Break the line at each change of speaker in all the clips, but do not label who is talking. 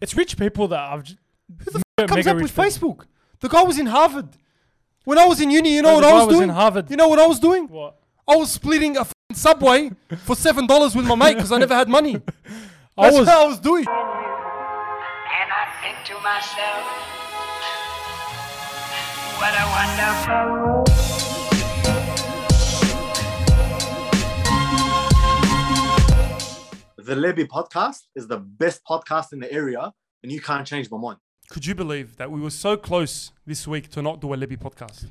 It's rich people that have. j-
Who the
mega
f- comes up
rich
with
people.
Facebook? The guy was in Harvard. When I was in uni, you know
No, Oh,
what
the
I
guy
was,
was in
doing?
Harvard.
You know what I was doing?
What?
I was splitting a f***ing subway for seven dollars with my mate because I never had money. That's
I was.
what I was doing.
And I think to myself, what a wonderful world.
The Libby podcast is the best podcast in the area, and you can't change my mind.
Could you believe that we were so close this week to not do a Libby podcast?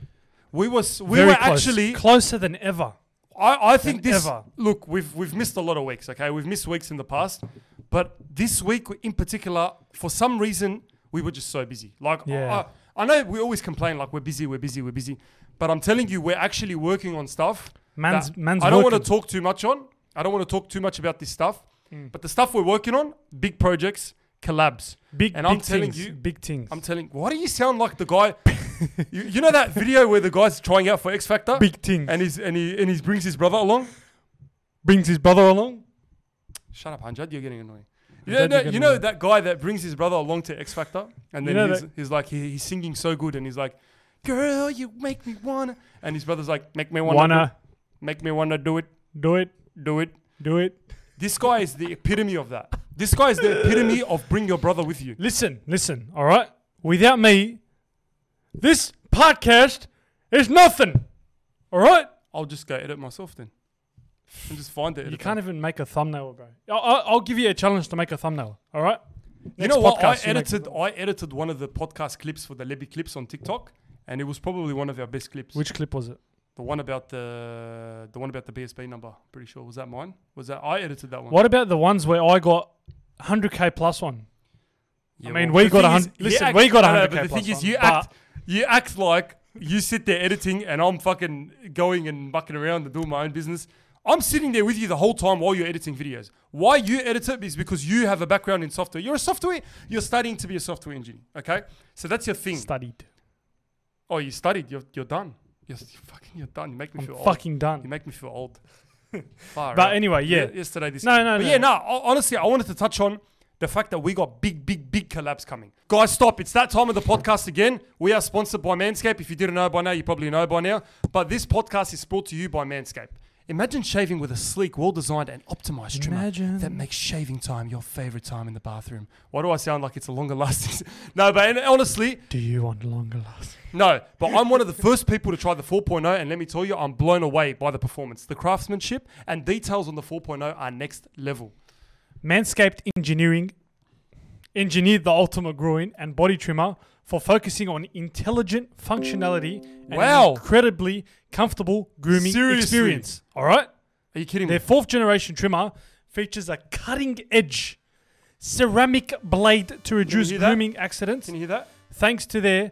We was we
Very
were
close.
actually.
closer than ever.
I, I think
than
this.
ever.
Look, we've we've missed a lot of weeks. Okay, we've missed weeks in the past, but this week in particular, for some reason, we were just so busy. Like,
Yeah.
I, I know we always complain like we're busy, we're busy, we're busy, but I'm telling you, we're actually working on stuff.
Man's-
that
man's
I don't want
working.
to talk too much on. I don't want to talk too much about this stuff,
Hmm.
but the stuff we're working on, big projects, collabs,
Big,
and
big
I'm telling
things.
you,
big things.
I'm telling. Why do you sound like the guy? you, you know that video where the guy's trying out for X Factor?
Big things.
And he's and he and he brings his brother along.
brings his brother along.
Shut up, Hanjad, you're getting annoying. You
Hanjad,
know,
you're
no, you
getting
know
annoying.
that guy that brings his brother along to X Factor, and then
know
he's,
that-
he's like he, he's singing so good, and he's like, "Girl, you make me wanna," and his brother's like, "Make me wanna,
Wanna
do- make me wanna do it,
do it?
do it."
Do it.
This guy is the epitome of that. This guy is the epitome of bring your brother with you.
Listen, listen. All right. Without me, this podcast is nothing. All right.
I'll just go edit myself then, and just find it.
You can't even make a thumbnail, bro. I'll, I'll, I'll give you a challenge to make a thumbnail. All right.
You
Next
know what? I
podcast you make-
edited. I edited one of the podcast clips for the Libby clips on TikTok, and it was probably one of our best clips.
Which clip was it?
the one about the the one about the BSB number? Pretty sure was that mine. Was that I edited that one?
What about the ones where I got 100k plus one?
Yeah,
I mean,
well,
we
the
got
thing
a hun-
is, you
listen, we got
no, no,
100K
But the
plus
thing is,
one,
you
but-
act you act like you sit there editing, and I'm fucking going and mucking around and doing my own business. I'm sitting there with you the whole time while you're editing videos. Why you edit it is because you have a background in software. You're a software. You're studying to be a software engineer. Okay, so that's your thing.
Studied.
Oh, you studied. You're you're done. You're, s- fucking you're done. You make me
I'm
feel old.
fucking
You
done.
make me feel old. Far
But
out.
anyway, yeah.
Ye- Yesterday, this.
No, no,
but
no.
Yeah, no. ho- Honestly, I wanted to touch on the fact that we got big, big, big collabs coming. Guys, stop! It's that time of the podcast again. We are sponsored by Manscaped. If you didn't know by now, you probably know by now. But this podcast is brought to you by Manscaped. Imagine shaving with a sleek, well-designed, and optimized trimmer
Imagine.
that makes shaving time your favorite time in the bathroom. Why do I sound like it's a longer lasting? no, but and honestly,
Do you want longer last?
no, but I'm one of the first people to try the 4.0, and let me tell you, I'm blown away by the performance. The craftsmanship and details on the 4.0 are next level.
Manscaped Engineering engineered the Ultima Groin and body trimmer for focusing on intelligent functionality and an
Wow.
incredibly comfortable grooming
Seriously.
experience. All right?
Are you kidding
Their
me?
fourth generation trimmer features a cutting edge ceramic blade to reduce
hear that?
grooming accidents.
Can you hear that?
Thanks to their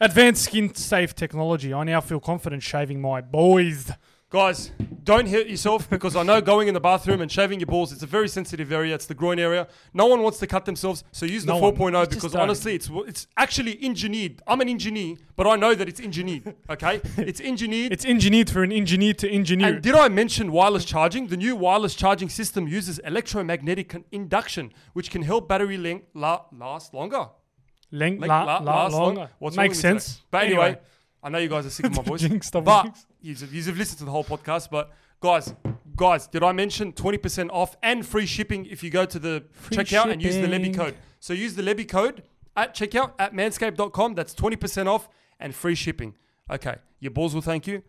advanced skin safe technology, I now feel confident shaving my boys.
Guys, don't hurt yourself because I know going in the bathroom and shaving your balls, it's a very sensitive area. It's the groin area. No one wants to cut themselves, so use the
No one.
4.0
It's just
because
starting.
honestly, it's it's actually engineered. I'm an engineer, but I know that it's engineered, okay? it's engineered.
It's engineered for an engineer to engineer.
And
it.
did I mention wireless charging? The new wireless charging system uses electromagnetic con- induction, which can help battery length la- last longer.
Leng-
Length
la-
la-
la-
last
longer.
What's wrong
Makes
with me today?
sense.
But anyway, I know you guys are sick of my voice.
Jinx, double
but
jinx.
you've, you've listened to the whole podcast. But guys, guys, did I mention 20% off and free shipping if you go to the checkout and use the Levy
shipping.
code? So use the Levy code at checkout at manscaped.com. That's 20% off and free shipping. Okay, your balls will thank you.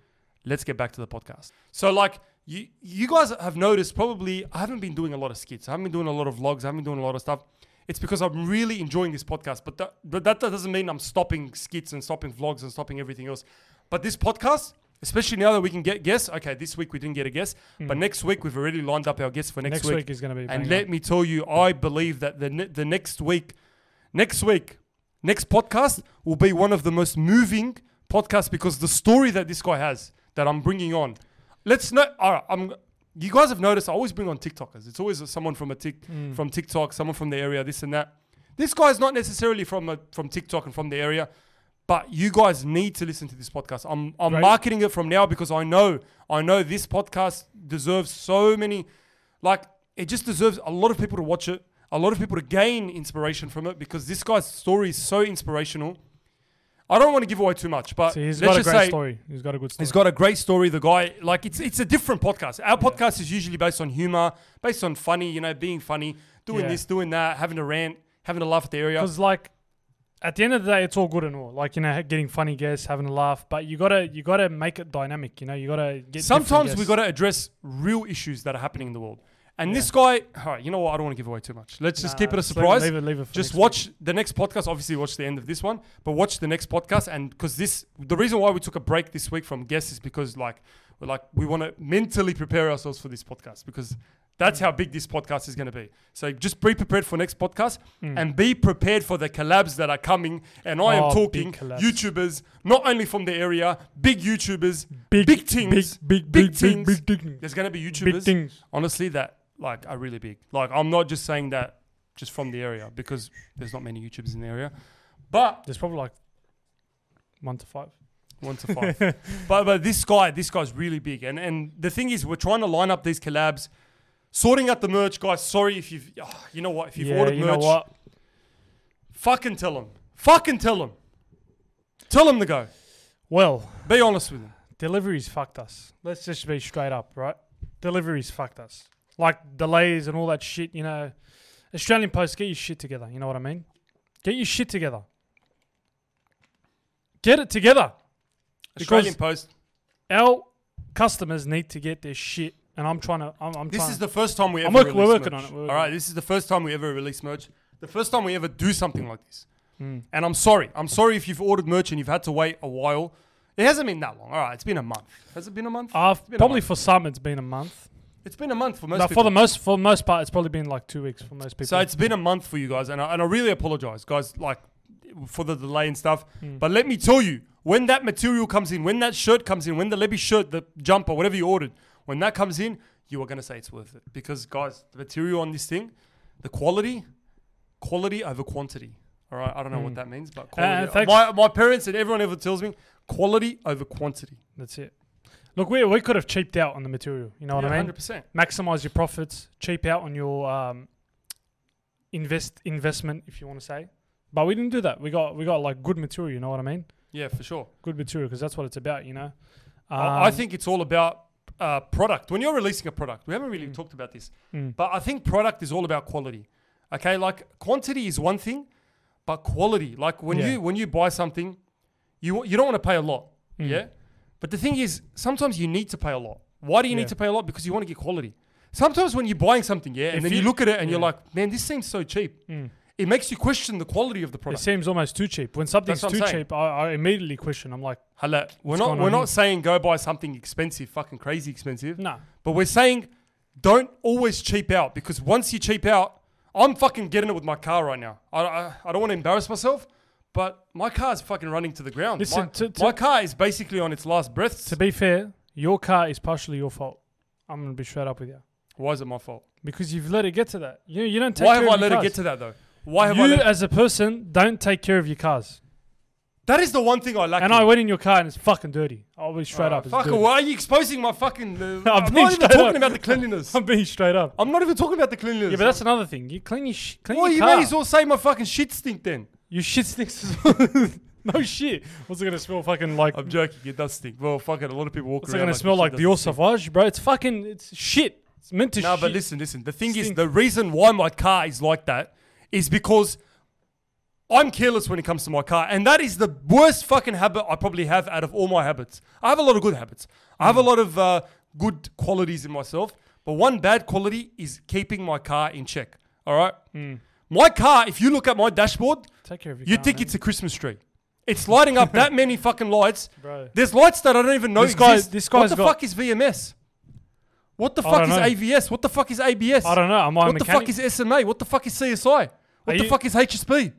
Let's get back to the podcast. So, like, you, you guys have noticed probably I haven't been doing a lot of skits. I haven't been doing a lot of vlogs. I haven't been doing a lot of stuff. It's because I'm really enjoying this podcast. But that, but that, that doesn't mean I'm stopping skits and stopping vlogs and stopping everything else. But this podcast, especially now that we can get guests. Okay, this week we didn't get a guest, but next week we've already lined up our guests for next,
Hmm. Next week is gonna be a
And
banger.
let me tell you, I believe that the ne- the next week, next week, next podcast will be one of the most moving podcasts because the story that this guy has that I'm bringing on. Let's know. All right, I'm. You guys have noticed I always bring on TikTokers. It's always someone from a tick from TikTok, someone from the area, this and that. This guy's not necessarily from a, from TikTok and from the area, but you guys need to listen to this podcast. I'm I'm
Right.
marketing it from now because I know I know this podcast deserves so many like it just deserves a lot of people to watch it. a lot of people to gain inspiration from it because this guy's story is so inspirational. I don't want to give away too much, but
So he's
let's
got a
just
great
say
story. He's got a good story.
He's got a great story. The guy, like, it's it's a different podcast. Our podcast is usually based on humor, based on funny, you know, being funny, doing
Yeah.
this, doing that, having a rant, having a laugh at the area.
because like at the end of the day it's all good and all like you know getting funny guests having a laugh but you gotta you gotta make it dynamic you know you gotta get
Sometimes we got to address real issues that are happening in the world. And this guy, all right, you know what? I don't want to give away too much. Let's just
Nah,
keep it a
just leave it-
surprise.
leave it- leave it for next
just
week.
watch the next podcast. Obviously, watch the end of this one, but watch the next podcast. And because this, the reason why we took a break this week from guests is because like we're like we want to mentally prepare ourselves for this podcast because that's how big this podcast is going to be. So just be prepared for next podcast
Mm.
and be prepared for the collabs that are coming. And I am
Oh,
talking
big collabs.
YouTubers, not only from the area, big YouTubers, big,
Big-
big things,
big- big- big- big-
things.
big things.
There's gonna be YouTubers.
big things
Honestly, that like are really big. Like I'm not just saying that just from the area because there's not many YouTubers in the area, but
there's probably like one to five
one to five. but but this guy, this guy's really big. And and the thing is, we're trying to line up these collabs, sorting out the merch, guys. Sorry if you've, ah, you know what, if you've
yeah
ordered
you know
merch,
what
fucking tell them, fucking tell them, tell them to go.
well
Be honest with them.
deliveries fucked us let's just be straight up right deliveries fucked us like delays and all that shit you know Australian Post get your shit together you know what I mean get your shit together get it together
Australian Post.
our customers need to get their shit, and I'm trying to. I'm, I'm
This
trying.
is the first time we ever.
work- we're
release
working
merch.
on it, we're working
All right,
on it.
this is the first time we ever release merch. The first time we ever do something like this.
Hmm.
And I'm sorry. I'm sorry if you've ordered merch and you've had to wait a while. It hasn't been that long. All right, it's been a month. Has it been a month?
I've,
It's been a
probably
month.
for some, it's been a month.
it's been a month for most.
But
people.
for the most, for most part, it's probably been like two weeks for most people.
So it's been a month for you guys, and I, and I really apologize, guys, like for the delay and stuff.
Hmm.
But let me tell you, when that material comes in, when that shirt comes in, when the Lebby shirt, the jumper, whatever you ordered, when that comes in, you are gonna say it's worth it because, guys, the material on this thing, the quality, quality over quantity. All right, I don't know what that means, but quality.
Hmm. Uh, thanks-
my my parents and everyone ever tells me quality over quantity.
that's it. Look, we, we could have cheaped out on the material. You know what I mean?
hundred percent.
Maximize your profits, cheap out on your um, invest investment, if you want to say. But we didn't do that. We got we got like good material. You know what I mean?
Yeah, for sure.
Good material because that's what it's about. You know. Um,
I I think it's all about uh, product. When you're releasing a product, we haven't really
Mm.
talked about this, but I think product is all about quality. Okay, like quantity is one thing, but quality, like when
Yeah.
you when you buy something, you you don't want to pay a lot,
Mm.
yeah. But the thing is, sometimes you need to pay a lot. Why do you need
Yeah.
to pay a lot? Because you want to get quality. Sometimes when you're buying something, yeah, and
If
then you,
you- Mm.
look at it and you're like, man, this seems so cheap. It makes you question the quality of the
it
product.
seems almost too cheap. When something's
what
too
I'm saying.
cheap, I, I immediately question. I'm like,
Hello, we're not
going
we're
on
not
here?
saying go buy something expensive, fucking crazy expensive.
Nah.
But we're saying don't always cheap out because once you cheap out, I'm fucking getting it with my car right now. I, I, I don't want to embarrass myself, but my car's fucking running to the ground.
Listen,
my,
to- to-
my car is basically on its last breaths.
To be fair, your car is partially your fault. I'm gonna be straight up with you
Why is it my fault?
because you've let it get to that. You you don't take.
Why
care
have I
of your
let it
cars.
get to that though? Why have I
You
let it?
as a person don't take care of your cars,
That is the one thing I lack.
and
in.
I went in your car and it's fucking dirty. I'll be straight up. It's
Fuck,
dirty.
why are you exposing my fucking. Uh,
I'm being
I'm not even
straight
talking
up.
about the cleanliness.
I'm being straight up.
I'm not even talking about the cleanliness.
Yeah, but that's another thing. You clean your sh- clean
Well,
your
you
car.
may as well say my fucking shit stink then.
Your shit stinks. as well. no shit. What's it gonna smell? Fucking like.
I'm joking. It does stink. Well, fucking a lot of people walk
What's it
around.
gonna smell like? Dior Sauvage, bro. It's fucking. It's shit. It's meant to.
No,
shit.
but listen, listen. The thing is,
Stink.
the reason why my car is like that is because I'm careless when it comes to my car, and that is the worst fucking habit I probably have out of all my habits. I have a lot of good habits. I
Mm.
have a lot of uh, good qualities in myself, but one bad quality is keeping my car in check. All right.
Mm.
My car, if you look at my dashboard,
Take care of your
you
car,
think
man.
it's a Christmas tree. It's lighting up that many fucking lights.
Bro.
There's lights that I don't even know
This guy-
exist.
this
what
guy's
the
got-
fuck is VMS? What the
don't
fuck is
know.
AVS? What the fuck is ABS?
I don't know. Am I a
What the
mechanic?
fuck is SMA? What the fuck is CSI? What
Are
the
you-
fuck is HSP?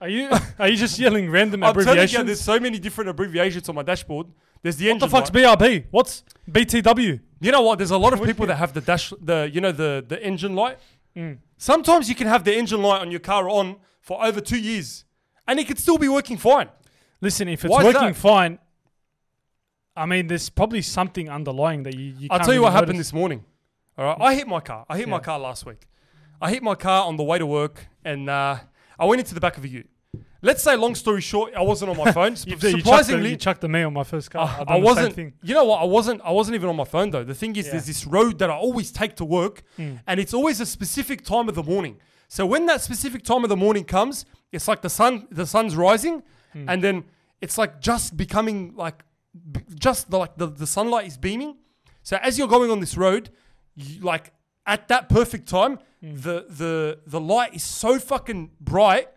Are you are you just yelling random
I'm telling you,
abbreviations?
there's so many different abbreviations on my dashboard. There's the
what the
engine.
fuck's
light.
BRB? What's BTW?
You know what? There's a lot of people that have the dash, the you know the the engine light.
Mm.
Sometimes you can have the engine light on your car on for over two years, and it could still be working fine.
Listen, if it's
Why is
working
that?
fine, I mean, there's probably something underlying that you. you
I'll
can't
tell you
really
what happened
notice.
this morning. All right, I hit my car. I hit my
Yeah.
car last week. I hit my car on the way to work and uh, I went into the back of a U. Let's say, long story short, I wasn't on my phone.
You,
Sup-
you chucked the-
Surprisingly,
you chucked the me on my first car.
Uh,
I've
I, I
done the same
wasn't.
thing.
You know what? I wasn't. I wasn't even on my phone though. The thing is,
Yeah. Hmm.
there's this road that I always take to work, and it's always a specific time of the morning. So when that specific time of the morning comes, it's like the sun. The sun's rising,
Hmm.
and then it's like just becoming like b- just the, like the, the sunlight is beaming. So as you're going on this road, you, like at that perfect time,
Hmm.
the the the light is so fucking bright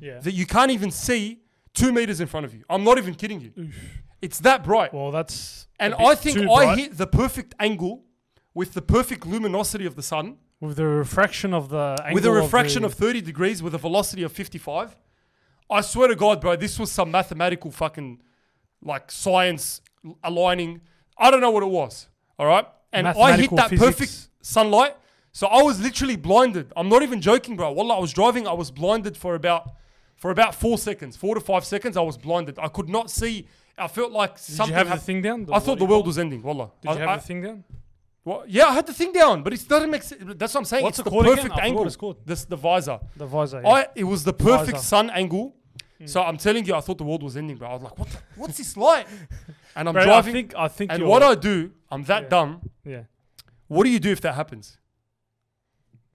Yeah.
that you can't even see two meters in front of you. I'm not even kidding you. It's that bright.
well, that's a
And
bit
I think
too
I
bright.
hit the perfect angle with the perfect luminosity of the sun,
with the refraction of the angle
with a refraction
the-
of, 30 degrees, with a velocity of 55. I swear to God, bro, this was some mathematical fucking like science l- aligning. I don't know what it was. All right. And I hit
Mathematical
that perfect
physics.
sunlight. So I was literally blinded. I'm not even joking, bro. Wallah, I was driving, I was blinded for about for about four seconds, four to five seconds. I was blinded. I could not see. I felt like
Did you
something.
have the
hap-
thing down?
I thought the
what
world was ending. Wallah.
do you- Did
I-
you
I-
have the thing down?
well, yeah, I had the thing down, but it doesn't make sense. That's what I'm saying.
What's
it's
it
the
called again?
perfect
I forgot
angle.
what it's called.
This the visor.
The visor. yeah.
I it was the perfect
Visor. Hmm.
sun angle. So I'm telling you, I thought the world was ending, bro. I was like, what? The, what's this light? And I'm
Bro,
driving.
I think I think
and
you're,
what I do, I'm that dumb.
yeah.
What do you do if that happens?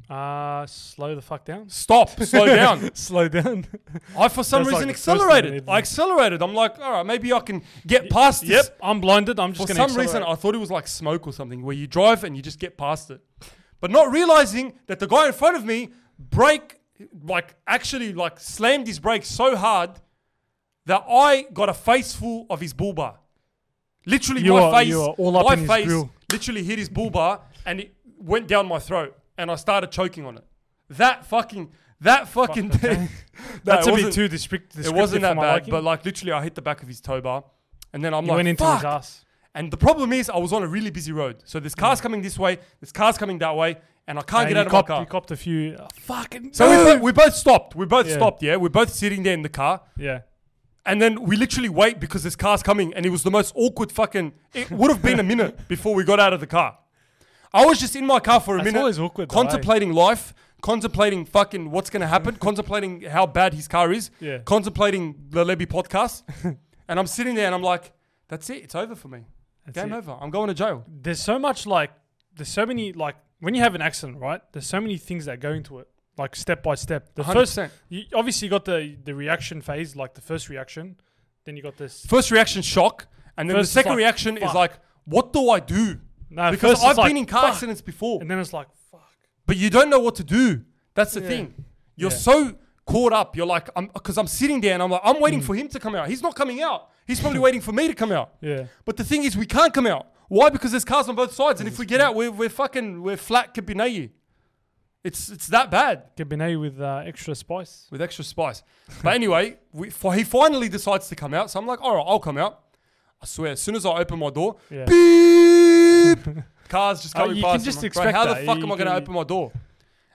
Uh, slow the fuck down.
Stop. Slow down.
slow down.
I for some
That's like
reason
the first thing
accelerated.
they
I
did.
accelerated. I'm like, all right, maybe I can get past this.
yep. I'm blinded. I'm just
For
gonna.
some reason, I thought it was like smoke or something, where you drive and you just get past it. But not realizing that the guy in front of me brake, like actually like slammed his brake so hard that I got a face full of his bull bar. Literally,
You
my
are-
face,
you are all up
my
in his
face,
grill.
literally hit his bull bar and it went down my throat, and I started choking on it. That fucking, that fucking thing. No,
that's
it
a bit
wasn't-
too descript- descriptive.
It wasn't that
for my
bad,
liking.
but like literally, I hit the back of his toe bar, and then I'm
you
like,
went into
fuck.
his ass.
And the problem is, I was on a really busy road. So there's cars coming this way, there's cars coming that way, and I can't
Mm. And
get
you
out of
copped,
my car.
You copped a few. uh, fucking.
so we, bo- we both stopped. We both
Yeah.
stopped, yeah? We're both sitting there in the car.
yeah.
And then we literally wait because there's cars coming, and it was the most awkward fucking. It would have been a minute before we got out of the car. I was just in my car for a
That's
minute,
always awkward though, eh?
contemplating life, contemplating fucking what's gonna happen, contemplating how bad his car is,
Yeah.
contemplating the Levy podcast. and I'm sitting there and I'm like, that's it, it's over for me. Game
it.
over. I'm going to jail.
There's so much like. There's so many like when you have an accident, right? There's so many things that go into it, like step by step. The
100%.
first, you obviously you got the the reaction phase, like the first reaction. Then you got this.
First reaction, shock. And then
First,
the
it's
second
like,
reaction is
fuck.
like, what do I do?
No,
Because
first it's
I've
like,
been in car
fuck.
accidents before,
And then it's like, fuck.
but you don't know what to do. That's the
Yeah.
thing. You're
Yeah.
so caught up. You're like, I'm because I'm sitting there and I'm like,
Mm.
I'm waiting for him to come out. He's not coming out. He's probably waiting for me to come out.
Yeah.
But the thing is, we can't come out. Why? Because there's cars on both sides, and if we get out, we're, we're fucking we're flat Kabinayi. It's it's that bad.
Cabernet with uh, extra spice.
with extra spice. But anyway, we, for, he finally decides to come out. So I'm like, all right, I'll come out. I swear, as soon as I open my door,
Yeah.
beep, cars just
Oh,
coming
you
past.
can
I'm
just
like, "Bro,
expect
How the
that.
fuck
You
am I going to
can-
open my door?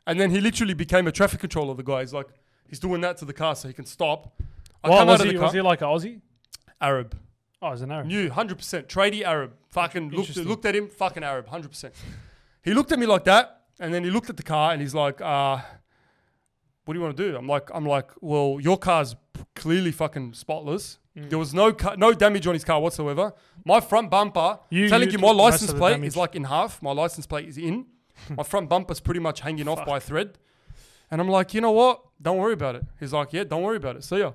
And then he literally became a traffic controller. The guy, he's like, he's doing that to the car so he can stop. I
Well,
come
was
out
he,
of the
was
car.
he like an Aussie?
Arab,
Oh, he's an Arab.
new, hundred percent, tradie Arab. Fucking looked
Interesting.
looked at him, fucking Arab, hundred percent. He looked at me like that, and then he looked at the car, and he's like, uh, what do you want to do? I'm like, I'm like, well, your car's p- clearly fucking spotless.
Mm.
There was no ca- no damage on his car whatsoever. My front bumper,
You-
telling
you
you, my
took most
license
of the
plate
damage.
is like in half. My license plate is in. my front bumper's pretty much hanging off by a thread. And I'm like, you know what? Don't worry about it. He's like, yeah, don't worry about it. See ya.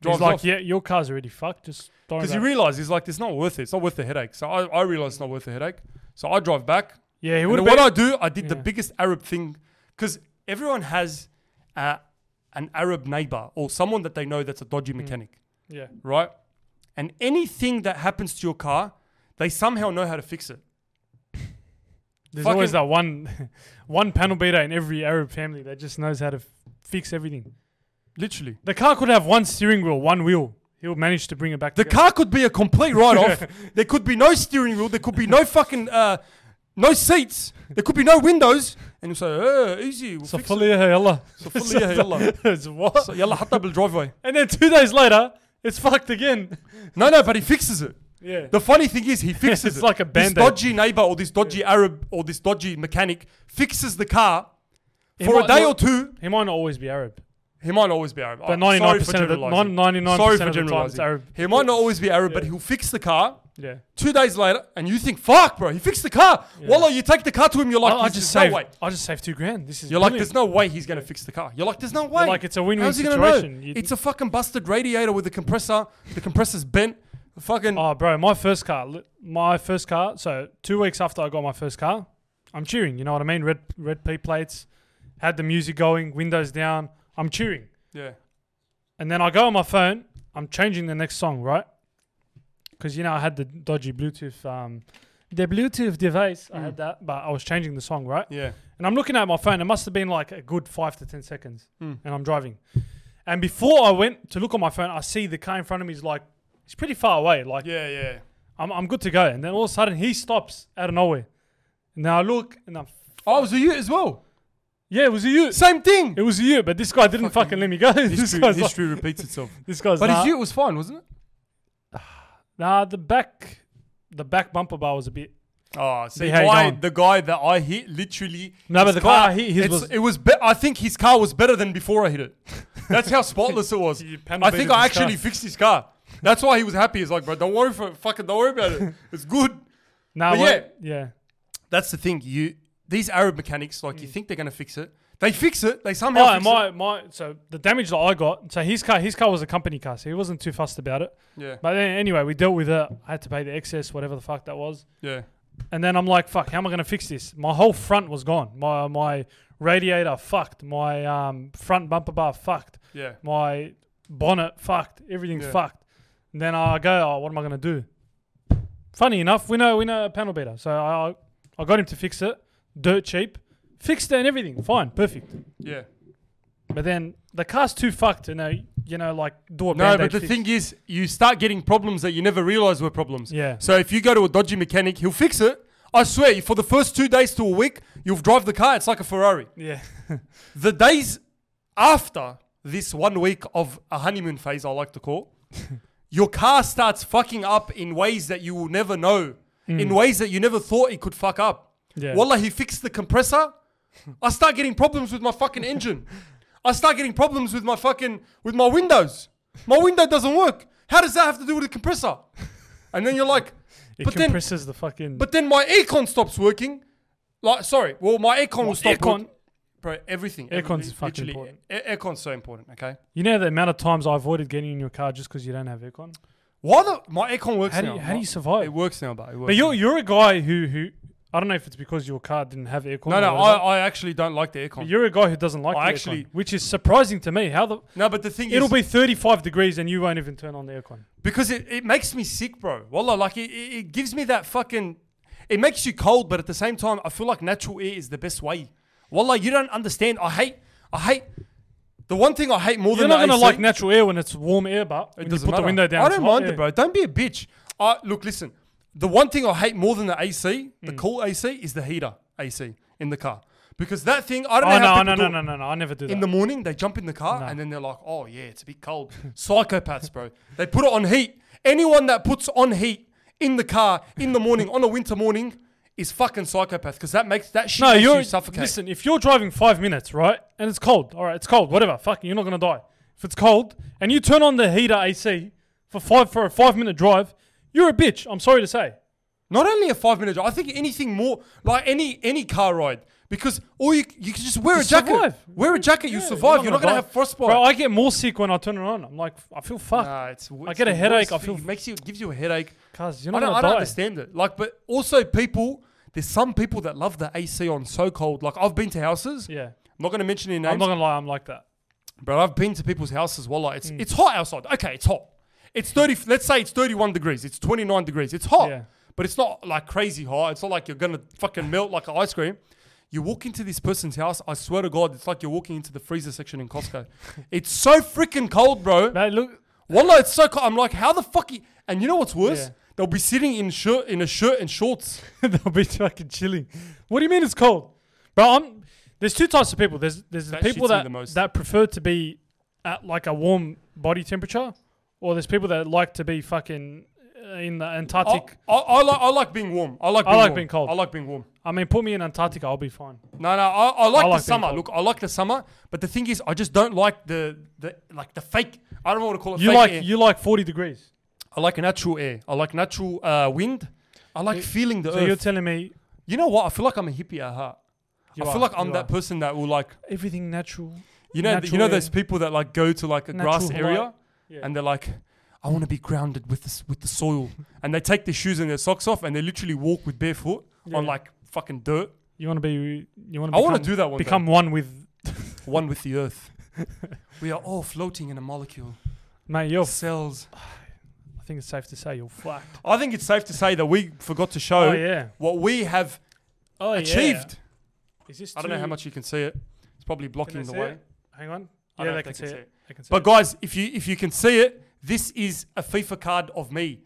He's
Drives
like,
off.
yeah, your car's already fucked. Just don't worry
Because you
about it."
realise it's like it's not worth it. It's not worth the headache. So I, I realise it's not worth the headache. So I drive back.
Yeah, he
And
would
then
have
what
been.
I do, I did the
Yeah.
biggest Arab thing because everyone has uh, an Arab neighbor or someone that they know that's a dodgy mechanic,
Mm. yeah.
right? And anything that happens to your car, they somehow know how to fix it.
There's always that
fucking-
one, one panel beater in every Arab family that just knows how to f- fix everything.
Literally.
The car could have one steering wheel, one wheel. He'll manage to bring it back.
The car could be a complete write off. there could be no steering wheel. There could be no fucking uh, no seats. There could be no windows. And you say, "Eh, easy. We'll fix it.
Safalia yalla.
Safalia, yalla.
It's what?
So, yalla, hatta bil driveway.
And then two days later, it's fucked again.
No, no, but he fixes it.
Yeah.
The funny thing is, he fixes
It's
it.
like a
This
Band-Aid.
dodgy neighbor or this dodgy Arab or this dodgy mechanic fixes the car,
He
for a
might
day
not-
or two,
He might not always be Arab.
he might always be Arab.
But
I'm
99%
sorry for
of the-
generalizing.
99%
Sorry
of the
for
time it's
generalizing.
Arab.
He might not always be Arab, but he'll fix the car.
Yeah.
Two days later, and you think, "Fuck, bro, he fixed the car." Wallah, you take the car to him. You're like,
I, I
"There's
just
no
saved.
way."
I just saved two grand. This is.
You're like,
brilliant.
"There's no way he's gonna fix the car." You're like, "There's no way."
like, it's a win-win
How's he gonna know?
situation. You-
It's a fucking busted radiator with a compressor. The compressor's bent. The fucking
Oh, bro, my first car, li- my first car. So two weeks after I got my first car, I'm cheering. You know what I mean? Red red P plates, had the music going, windows down. I'm cheering,
yeah,
and then I go on my phone. I'm changing the next song, right? Because you know I had the dodgy Bluetooth, um, the Bluetooth device. I had that, but I was changing the song, right?
Mm. yeah.
And I'm looking at my phone. It must have been like a good five to ten seconds,
Hmm.
and I'm driving. And before I went to look on my phone, I see the car in front of me is like it's pretty far away, like
Yeah, yeah.
I'm, I'm good to go. And then all of a sudden he stops out of nowhere. Now I look and I'm,
Oh, it was a you as well.
yeah, it was a you.
Same thing.
It was a you, but this guy didn't fucking let me go. this
History,
guy's like,
history repeats itself.
this guy's
But
nah,
his you was fine, wasn't it?
nah, the back, the back bumper bar was a bit.
Oh, see,
Behaved
my,
on.
the guy that I hit literally.
No, but
his
the guy I hit, his
it's-
was-
It was. Be- I think his car was better than before I hit it. That's how spotless it was.
You panel
I think
beated
I
his car.
actually fixed his car. That's why he was happy. He's like, bro, don't worry for fucking don't worry about it. It's good.
Nah,
But
what- yeah,
That's the thing. You these Arab mechanics, like, you think they're gonna fix it? They fix it. They somehow.
My,
Oh, fix
Mm. Oh, my,
it.
my, so the damage that I got, so his car, his car was a company car, so he wasn't too fussed about it.
Yeah.
But then anyway, we dealt with it. I had to pay the excess, whatever the fuck that was.
Yeah.
And then I'm like, fuck, how am I gonna fix this? My whole front was gone. My my radiator fucked. My um, front bumper bar fucked.
Yeah.
My bonnet fucked. Everything
Yeah.
fucked. And then I go, oh, what am I gonna do? Funny enough, we know we know a panel beater. So I I got him to fix it, dirt cheap, fixed it and everything, fine, perfect.
Yeah.
But then the car's too fucked, you know, you know, like do a
No, but the thing is, you start getting problems that you never realize were problems.
Yeah.
So if you go to a dodgy mechanic, he'll fix it. I swear, for the first two days to a week, you'll drive the car. It's like a Ferrari.
yeah,
The days after this one week of a honeymoon phase, I like to call, your car starts fucking up in ways that you will never know, in ways that you never thought it could fuck up.
Yeah.
Wallah, he fixed the compressor. I start getting problems with my fucking engine. I start getting problems with my fucking with my windows. My window doesn't work. How does that have to do with the compressor? And then you're like,
it
but then
compresses the fucking.
but then my aircon stops working. Like, sorry, well, my aircon will stop
aircon?
working. Bro, everything.
Aircon's
everything,
fucking
literally,
important.
a- aircon's so important, okay?
you know the amount of times I avoided getting in your car just because you don't have aircon.
Why the. My aircon works
How do
now.
you, how do
My-
you survive?
It works now, but it works.
But you're
now.
you're a guy who who I don't know if it's because your car didn't have aircon.
No,
or
no,
whatever,
I, I actually don't like the
but
aircon.
you're a guy who doesn't like
I
the
actually-
aircon, which is surprising to me. How the
No, but the thing
it'll
is.
be 35 degrees and you won't even turn on the aircon.
because it, it makes me sick, bro. Wallah, like, it, it, it gives me that fucking. It makes you cold, but at the same time, I feel like natural air is the best way. Wallah, you don't understand. I hate. I hate. The one thing I hate more
You're
than
not
the
gonna
AC
like natural air when it's warm air, but
It
when you
doesn't
put
matter.
the window down,
I
it's
don't
hot
mind
air.
it, bro. Don't be a bitch. I look, listen. The one thing I hate more than the AC, the
Mm.
cool AC, is the heater AC in the car because that thing I don't
Oh
know
no,
how
no,
people
no,
do
no,
it.
no, no! I never do that.
In the morning, they jump in the car and then they're like, "Oh yeah, it's a bit cold." Psychopaths, bro. They put it on heat. Anyone that puts on heat in the car in the morning on a winter morning is fucking psychopath because that makes that shit
no,
makes
you're
you suffocate.
listen. If you're driving five minutes, right, and it's cold, all right, it's cold, whatever. Fucking, you're not gonna die. If it's cold and you turn on the heater AC for five for a five minute drive, you're a bitch. I'm sorry to say.
Not only a five minute drive, I think anything more like any any car ride because all you you can just wear a jacket.
survive.
Wear a jacket, you
Yeah,
survive. You're not gonna
die.
have frostbite.
Bro, I get more sick when I turn it on. I'm like, I feel fucked.
Nah, it's, wo-
I
it's
get a
the
headache,
worst
I feel
thing.
f-
makes you gives you a headache.
Cause you're
I
not
don't,
gonna
I don't
die.
understand it. Like, but also people, there's some people that love the AC on so cold. Like I've been to houses.
Yeah,
I'm not gonna mention any names.
I'm not gonna lie, I'm like that.
Bro, I've been to people's houses. Wallah, it's
Mm.
it's hot outside. Okay, it's hot. It's thirty. Let's say it's thirty-one degrees. It's twenty-nine degrees. It's hot,
Yeah.
but it's not like crazy hot. It's not like you're gonna fucking melt like an ice cream. You walk into this person's house. I swear to God, it's like you're walking into the freezer section in Costco. it's so freaking cold, bro.
But look,
Wallah, it's so cold. I'm like, how the fuck? You? And you know what's worse?
Yeah.
They'll be sitting in shirt in a shirt and shorts.
they'll be fucking chilling. What do you mean it's cold, bro? I'm. There's two types of people. There's there's
That
the people
shits me
that
the most.
that prefer to be at like a warm body temperature, or there's people that like to be fucking uh, in the
I,
Antarctic.
I, I like I like being warm. I like
I
being
like
warm.
being cold.
I like being warm.
I mean, put me in Antarctica, I'll be fine.
No, no, I, I like
I like
the
being
summer.
cold.
Look, I like the summer, but the thing is, I just don't like the the like the fake. I don't want to call it.
You
fake
like
air.
you like 40 degrees.
I like natural air. I like natural uh, wind. I like feeling the
So you're
earth.
telling me
you know what? I feel like I'm a hippie at heart.
you
I feel
are-
like I'm
you
that
are.
person that will like
everything natural.
you know th-
Natural
you know
air.
those people that like go to like a grass
Natural
area
light. Yeah.
and they're like I want to be grounded with this with the soil and they take their shoes and their socks off and they literally walk with barefoot on
Yeah.
like fucking dirt
You want to be you want to
I wanna do that one day.
Become one with
one with the earth. we are all floating in a molecule
mate, you're f-
cells.
I think it's safe to say you're fucked.
I think it's safe to say that we forgot to show
Oh, yeah.
what we have
Oh,
achieved.
Is this
I don't know how
too-
much you can see it. It's probably
Can
blocking
they
the
see
way.
it? Hang on.
I
yeah,
don't
they
think
can see
it's
it.
it.
They can see
But
it.
guys, if you if you can see it, this is a FIFA card of me.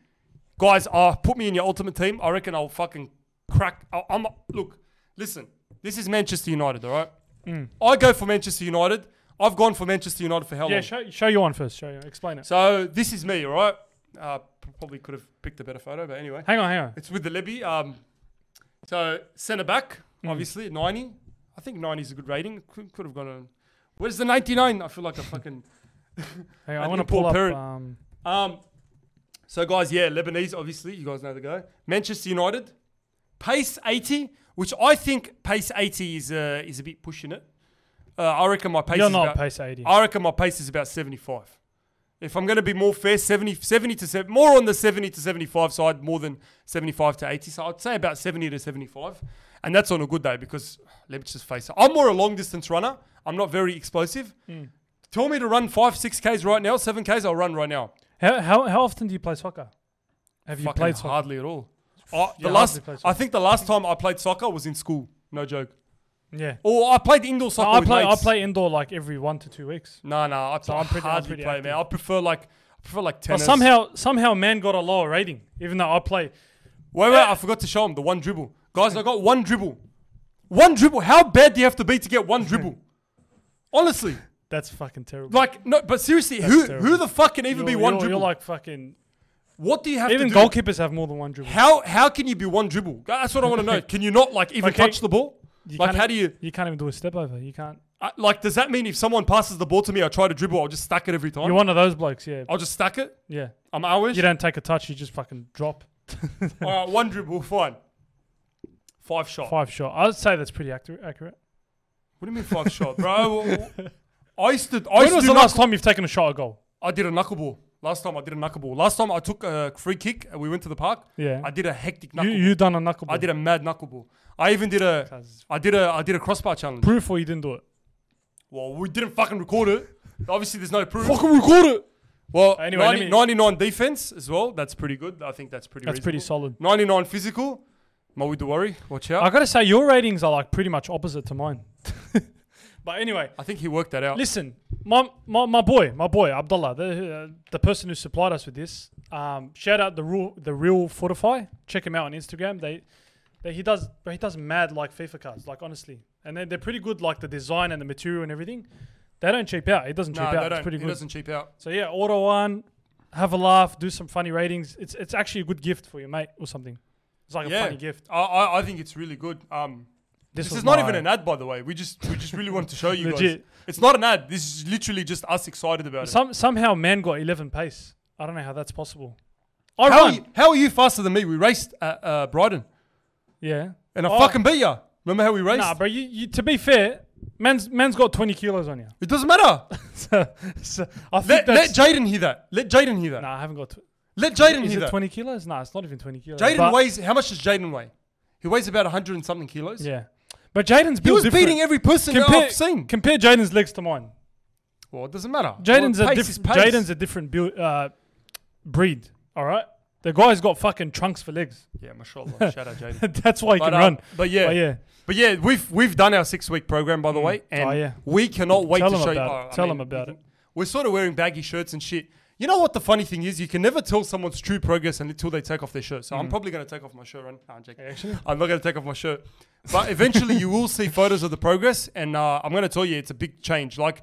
Guys, uh, put me in your ultimate team. I reckon I'll fucking crack. I, I'm look, listen. This is Manchester United, all right. I go for Manchester United. I've gone for Manchester United for how
Yeah,
long?
show, show you one first. Show you. Explain it.
So this is me, all right. Uh, p- probably could have picked a better photo, but anyway,
hang on, hang on.
it's with the Levy. Um, so centre back, obviously ninety. I think ninety is a good rating. Could, could have gone. on. Where's the ninety nine? I feel like a fucking.
Hang on. I
an
want to
equal
pull up.
parent.
Um,
Um, so guys, yeah, Lebanese, obviously, you guys know the guy. Manchester United, pace 80, which I think pace 80 is uh, is a bit pushing it. Uh, I reckon my pace.
you're
is
not
about,
pace 80.
I reckon my pace is about 75. If I'm going to be more fair, 70, 70 to 70, more on the 70 to 75 side, more than 75 to 80. So I'd say about 70 to 75. And that's on a good day because, let me just face it, I'm more a long distance runner. I'm not very explosive.
Hmm.
Tell me to run 5, 6Ks right now, 7Ks, I'll run right now
How, how how often do you play soccer? Have you
fucking
played soccer?
hardly at all. I, the
Yeah,
last,
hardly played
I
soccer.
think the last time I played soccer was in school. No joke.
Yeah.
Or I played indoor
No,
soccer.
I
with
play I
mates.
play indoor like every one to two weeks.
No, no, I, I
I'm pretty- I'm
hardly
pretty
play, man. I prefer like, I prefer like
But
tennis.
somehow somehow man got a lower rating, even though I play.
wait, wait, I forgot to show him the one dribble, guys. I got one dribble, one dribble. How bad do you have to be to get one dribble? Honestly,
That's fucking terrible.
like no, but seriously, who who
terrible.
the fuck can even
you're,
be one
you're,
dribble?
You're like fucking.
what do you have
Even
to do?
goalkeepers have more than one dribble.
How how can you be one dribble? That's what I want to know. Can you not like even
Okay.
touch the ball?
You
like
can't
how
e-
do you?
You can't even do a step over. You can't.
I, like, does that mean if someone passes the ball to me, I try to dribble, I'll just stack it every time?
You're one of those blokes, yeah.
I'll just stack it.
Yeah.
I'm ours.
You don't take a touch. You just fucking drop
All right, one dribble, fine. Five shot.
five shot. I'd say that's pretty accurate. Accurate.
What do you mean five shot, bro? I used to. I
When
used
was the last
to do knuckle-
time you've taken a shot at goal?
I did a knuckleball. Last time I did a knuckleball. Last time I took a free kick and we went to the park.
Yeah.
I did a hectic
You
knuckleball.
you done a knuckleball?
I did a mad knuckleball. I even did a.
Cuz-
I did a. I did a crossbar challenge.
proof or you didn't do it.
Well, we didn't fucking record it. Obviously, there's no proof.
record it.
Well,
Anyway,
90
let me-
99 defense as well. That's pretty good. I think that's pretty.
That's pretty
reasonable.
solid.
99 physical. Maui Duwari, watch out.
I gotta say your ratings are like pretty much opposite to mine. but anyway,
I think he worked that out.
listen, my my, my boy, my boy Abdullah, the uh, the person who supplied us with this. Um, shout out the real the real Fortify. Check him out on Instagram. They, they he does but he does mad like FIFA cards. Like honestly, and they're, they're pretty good. Like the design and the material and everything. They don't cheap out. It doesn't cheap
Nah,
out.
they
It's
don't.
pretty
He
good.
doesn't cheap out.
So yeah, order one, have a laugh, do some funny ratings. It's it's actually a good gift for your mate or something. It's like a
Yeah,
funny gift.
I, I, I think it's really good. Um, this
was
is not even
my-
an ad, by the way. We just we just really wanted to show you guys.
Legit.
It's not an ad. This is literally just us excited about it.
Some somehow man got eleven pace. I don't know how that's possible. I
How are,
run.
you, how are you faster than me? We raced at uh, Brighton,
Yeah.
and I
Oh.
fucking beat ya. Remember how we raced?
Nah, bro. You, you to be fair, man's man's got twenty kilos on you.
It doesn't matter.
so, so I think
Let, let
that's.
Jaden hear that. Let Jaden hear that.
nah, I haven't got. Tw-
Let Jaden
is
hear
it
that.
twenty kilos? Nah, it's not even twenty kilos.
Jaden
but-
weighs. How much does Jaden weigh? He weighs about hundred and something kilos.
Yeah, but Jaden's built
He was
different.
beating every person that
compare,
I've seen.
Compare Jaden's legs to mine.
well, it doesn't matter.
Jaden's
well,
a
pace is
different.
pace.
Jaden's a different build, uh, breed. All right, the guy's got fucking trunks for legs.
yeah, mashallah. Shout out Jaden.
That's why he
But,
can
uh,
run.
but yeah.
but yeah.
But yeah, we've we've done our six week program by the way, and
Oh, yeah.
we cannot wait
Tell
to
them
show
about
you.
it.
oh, I
Tell
mean,
them about
we-
it.
We're sort of wearing baggy shirts and shit. You know what the funny thing is? You can never tell someone's true progress until they take off their shirt. So
Mm.
I'm probably gonna take off my shirt. Right? Nah, I'm, joking. I'm not gonna take off my shirt, but eventually you will see photos of the progress, and uh, I'm gonna tell you it's a big change. Like,